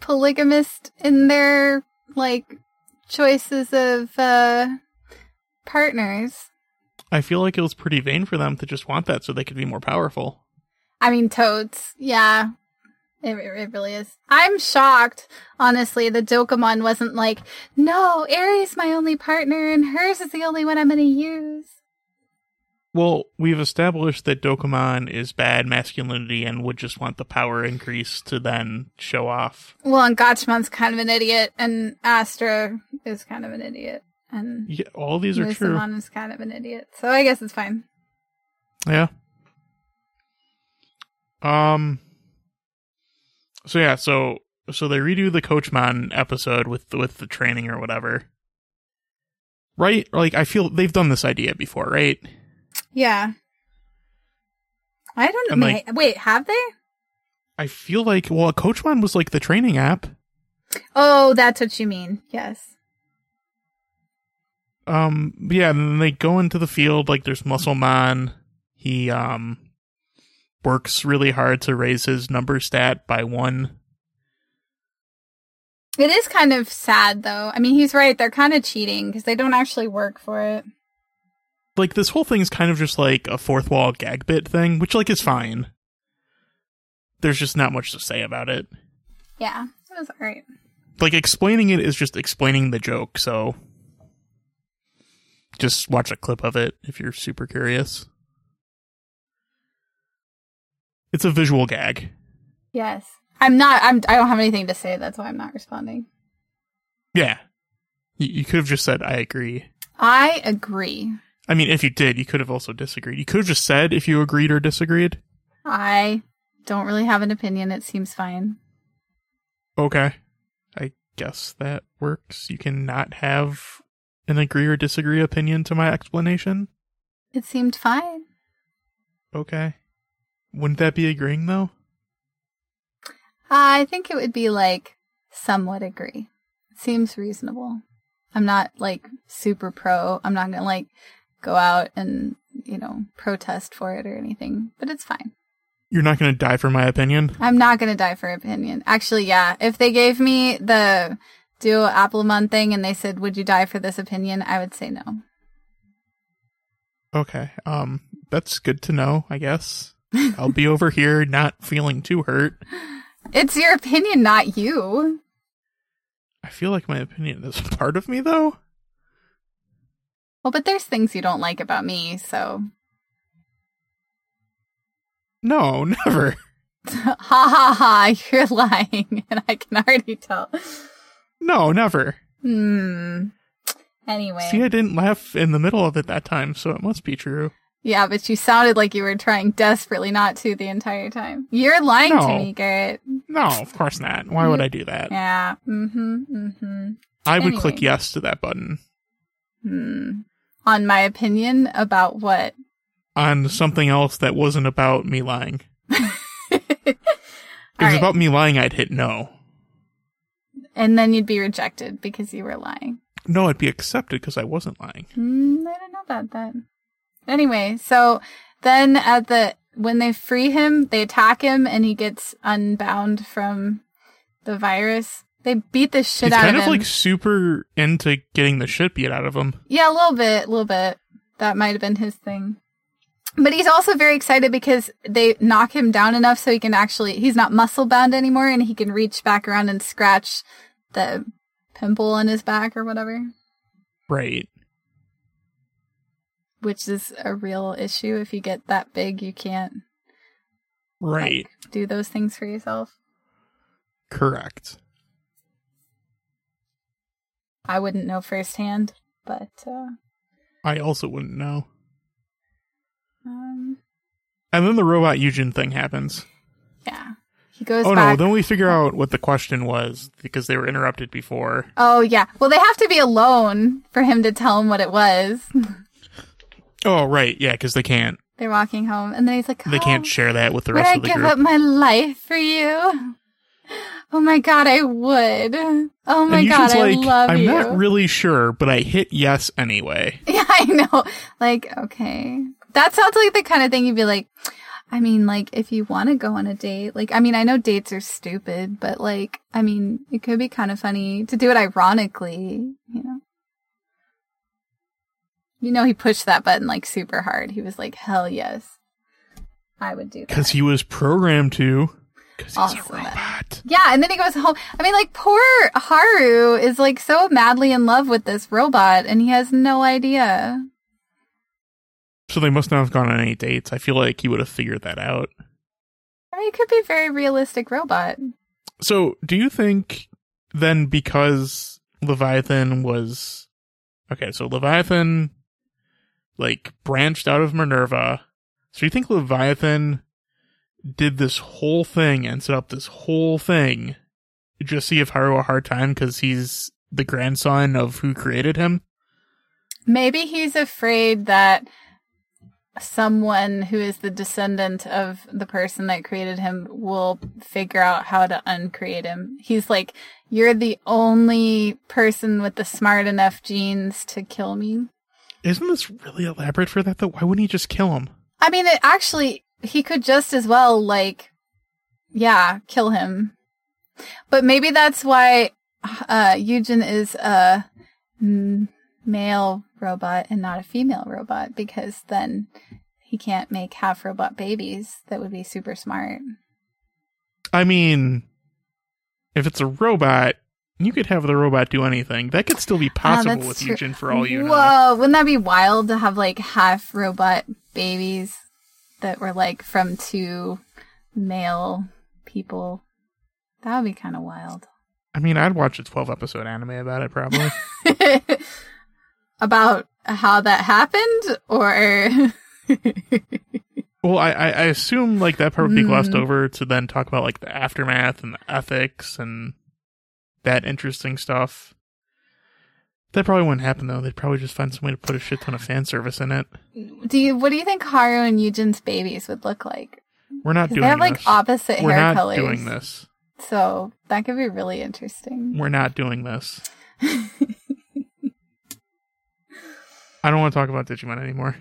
polygamist in their, like, choices of, uh, partners. I feel like it was pretty vain for them to just want that so they could be more powerful. I mean, totes. Yeah. It, it it really is. I'm shocked, honestly, the Dokomon wasn't like, no, Aries my only partner and hers is the only one I'm going to use. Well, we've established that Dokemon is bad masculinity and would just want the power increase to then show off. Well, and Gotchmon's kind of an idiot, and Astra is kind of an idiot, and Yeah, all these are true. Lusamon is kind of an idiot. So I guess it's fine. Yeah. Um. So yeah, so so they redo the Coachman episode with with the training or whatever. Right? Like I feel they've done this idea before, right? Yeah. I don't know. And, like- wait, wait, have they? I feel like well, Coachman was like the training app. Oh, that's what you mean. Yes. Um. but Yeah. And then they go into the field. Like there's Muscle Man. He um works really hard to raise his number stat by one. It is kind of sad, though. I mean, he's right. They're kind of cheating because they don't actually work for it. like this whole thing's kind of just like a fourth wall gag bit thing, which like is fine. There's just not much to say about it. Yeah, it was all right. Like explaining it is just explaining the joke, so just watch a clip of it if you're super curious. It's a visual gag. Yes. I'm not, I'm, I don't have anything to say. That's why I'm not responding. Yeah. You, you could have just said I agree. I agree. I mean, if you did, you could have also disagreed. You could have just said if you agreed or disagreed. I don't really have an opinion. It seems fine. Okay. I guess that works. You cannot have an agree or disagree opinion to my explanation. It seemed fine. Okay. Wouldn't that be agreeing though? I think it would be like somewhat agree. Seems reasonable. I'm not like super pro. I'm not gonna like go out and, you know, protest for it or anything, but it's fine. You're not going to die for my opinion. I'm not gonna die for opinion. Actually, yeah. If they gave me the duo Applemon thing and they said, Would you die for this opinion? I would say no. Okay. Um that's good to know, I guess. I'll be over here not feeling too hurt. It's your opinion, not you. I feel like my opinion is a part of me though. Well, but there's things you don't like about me, so No, never. ha ha ha, you're lying, and I can already tell. No, never. Hmm. Anyway. See, I didn't laugh in the middle of it that time, so it must be true. yeah, but you sounded like you were trying desperately not to the entire time. You're lying to No. me, Garrett. No, of course not. Why would I do that? Yeah. Mm-hmm. Mm-hmm. I would click Anyway. yes to that button. Hmm. On my opinion about what? on something else that wasn't about me lying. If it was Alright. about me lying, I'd hit no. And then you'd be rejected because you were lying. No, I'd be accepted because I wasn't lying. Hmm, I don't know about that. Anyway, so then at the when they free him, they attack him and he gets unbound from the virus. They beat the shit He's out kind of of him. like super into getting the shit beat out of him. Yeah, a little bit, a little bit. That might have been his thing. But he's also very excited because they knock him down enough so he can actually he's not muscle bound anymore and he can reach back around and scratch the pimple on his back or whatever, Right. which is a real issue if you get that big, you can't like, Right. do those things for yourself. Correct. I wouldn't know firsthand, but uh I also wouldn't know. um And then the robot Eugen thing happens. yeah. He goes Oh no, back. then we figure out what the question was because they were interrupted before. oh yeah. Well, they have to be alone for him to tell him what it was. Oh right, yeah, because they can't They're walking home, and then he's like, they can't "Oh, share that with the Would rest I of the give group. up my life for you? Oh my god, I would. Oh my and god, Eugen's I like, love I'm you. not really sure, but I hit yes anyway. yeah, I know. Like, okay, that sounds like the kind of thing you'd be like. I mean, like, if you want to go on a date, like, I mean, I know dates are stupid, but like, I mean, it could be kind of funny to do it ironically, you know. You know, he pushed that button like super hard. He was like, "Hell yes, I would do that." Because he was programmed to. Because he's Awesome. a robot. Yeah, and then he goes home. I mean, like, poor Haru is like so madly in love with this robot and he has no idea. So they must not have gone on any dates. I feel like he would have figured that out. I mean, it could be a very realistic robot. So, do you think then because Leviathan was okay? So Leviathan like branched out of Minerva. So you think Leviathan did this whole thing and set up this whole thing just to give Haru a hard time because he's the grandson of who created him? Maybe he's afraid that someone who is the descendant of the person that created him will figure out how to uncreate him. He's like, You're the only person with the smart enough genes to kill me. Isn't this really elaborate for that though? Why wouldn't he just kill him? I mean, it actually, he could just as well, like, yeah, kill him. But maybe that's why uh, Eugen is a m- male robot and not a female robot, because then he can't make half robot babies that would be super smart. I mean, if it's a robot, you could have the robot do anything. That could still be possible Ah, that's with true. Eugen for all you Whoa, know. wouldn't that be wild to have like half robot babies that were like from two male people? That would be kind of wild. I mean, I'd watch a 12 episode anime about it probably. About how that happened or well, I, I, I assume like that part would be glossed Hmm. over to then talk about like the aftermath and the ethics and that interesting stuff. That probably wouldn't happen though. They'd probably just find some way to put a shit ton of fan service in it. do you what do you think Haru and Eugen's babies would look like? We're not 'Cause doing they have like this. opposite We're hair not colors. doing this. So that could be really interesting. We're not doing this. I don't want to talk about Digimon anymore.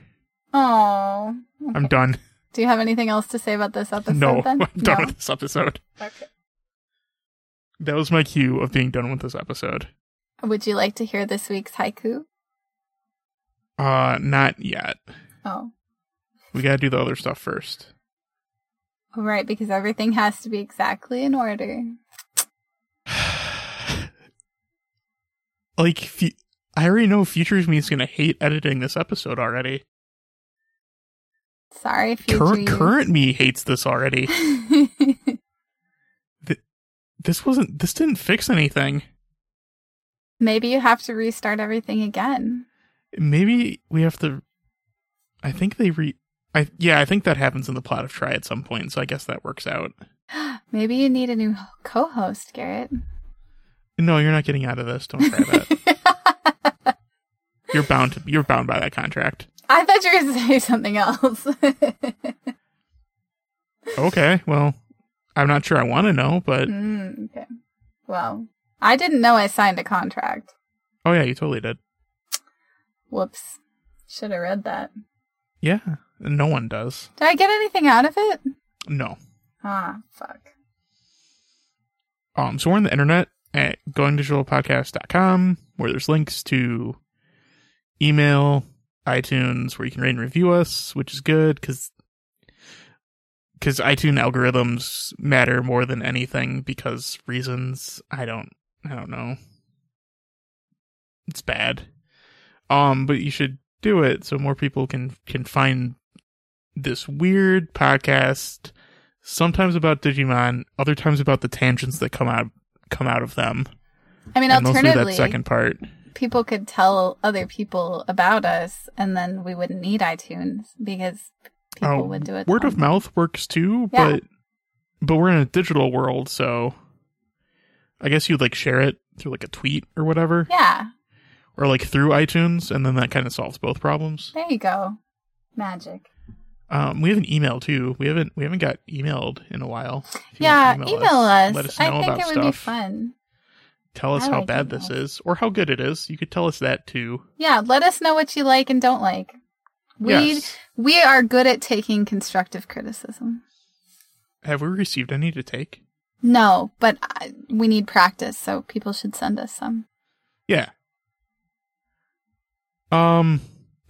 Mm. Oh. I'm done. Do you have anything else to say about this episode no, then? I'm done with this episode. Okay. That was my cue of being done with this episode. Would you like to hear this week's haiku? Uh, not yet. Oh. We gotta do the other stuff first. All right, because everything has to be exactly in order. Like, fu- I already know Futures Me's gonna hate editing this episode already. Sorry if you Current current me hates this already. This wasn't. This didn't fix anything. Maybe you have to restart everything again. Maybe we have to. I think they re. I yeah. I think that happens in the plot of Try at some point. So I guess that works out. Maybe you need a new co-host, Garrett. No, you're not getting out of this. Don't try that. you're bound. To, you're bound by that contract. I thought you were going to say something else. Okay. Well, I'm not sure. I want to know, but mm, okay. Well, I didn't know I signed a contract. oh yeah, you totally did. Whoops. Should have read that. Yeah. No one does. Did I get anything out of it? No. Ah, fuck. Um. So we're on the internet at goingdigitalpodcast.com, where there's links to email, iTunes, where you can rate and review us, which is good because because iTunes algorithms matter more than anything because reasons I don't I don't know. It's bad. Um, but you should do it so more people can can find this weird podcast. Sometimes about Digimon, other times about the tangents that come out come out of them, I mean, and mostly that alternatively, second part. people could tell other people about us, and then we wouldn't need iTunes because people Oh, would do it. Word of on- mouth works too, Yeah. but but we're in a digital world, so I guess you'd like share it through like a tweet or whatever, Yeah, or like through iTunes, and then that kind of solves both problems. there you go. Magic. Um, we have an email too. We haven't we haven't got emailed in a while. If you yeah, wanna email, us. Let us know I think about it would stuff. be fun. Tell us I how like bad this emails. is or how good it is. You could tell us that too. Yeah, let us know what you like and don't like. We Yes. we are good at taking constructive criticism. Have we received any to take? No, but I, we need practice, so people should send us some. Yeah. Um.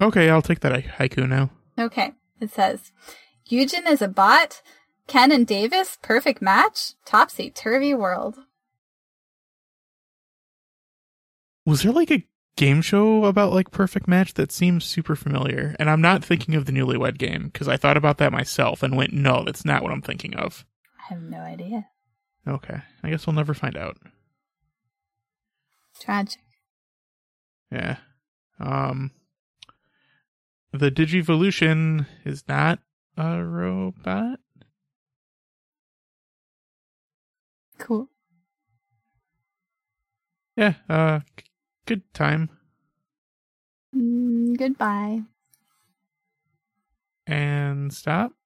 Okay, I'll take that haiku now. Okay. It says, Eugen is a bot. Ken and Davis, perfect match. Topsy turvy world. Was there like a game show about like perfect match that seems super familiar, and I'm not thinking of the Newlywed Game because I thought about that myself and went, no, that's not what I'm thinking of. I have no idea. Okay, I guess we'll never find out. Tragic. Yeah. Um. The Digivolution is not a robot. Cool. Yeah. Uh. g- Good time. Mm, goodbye. and stop.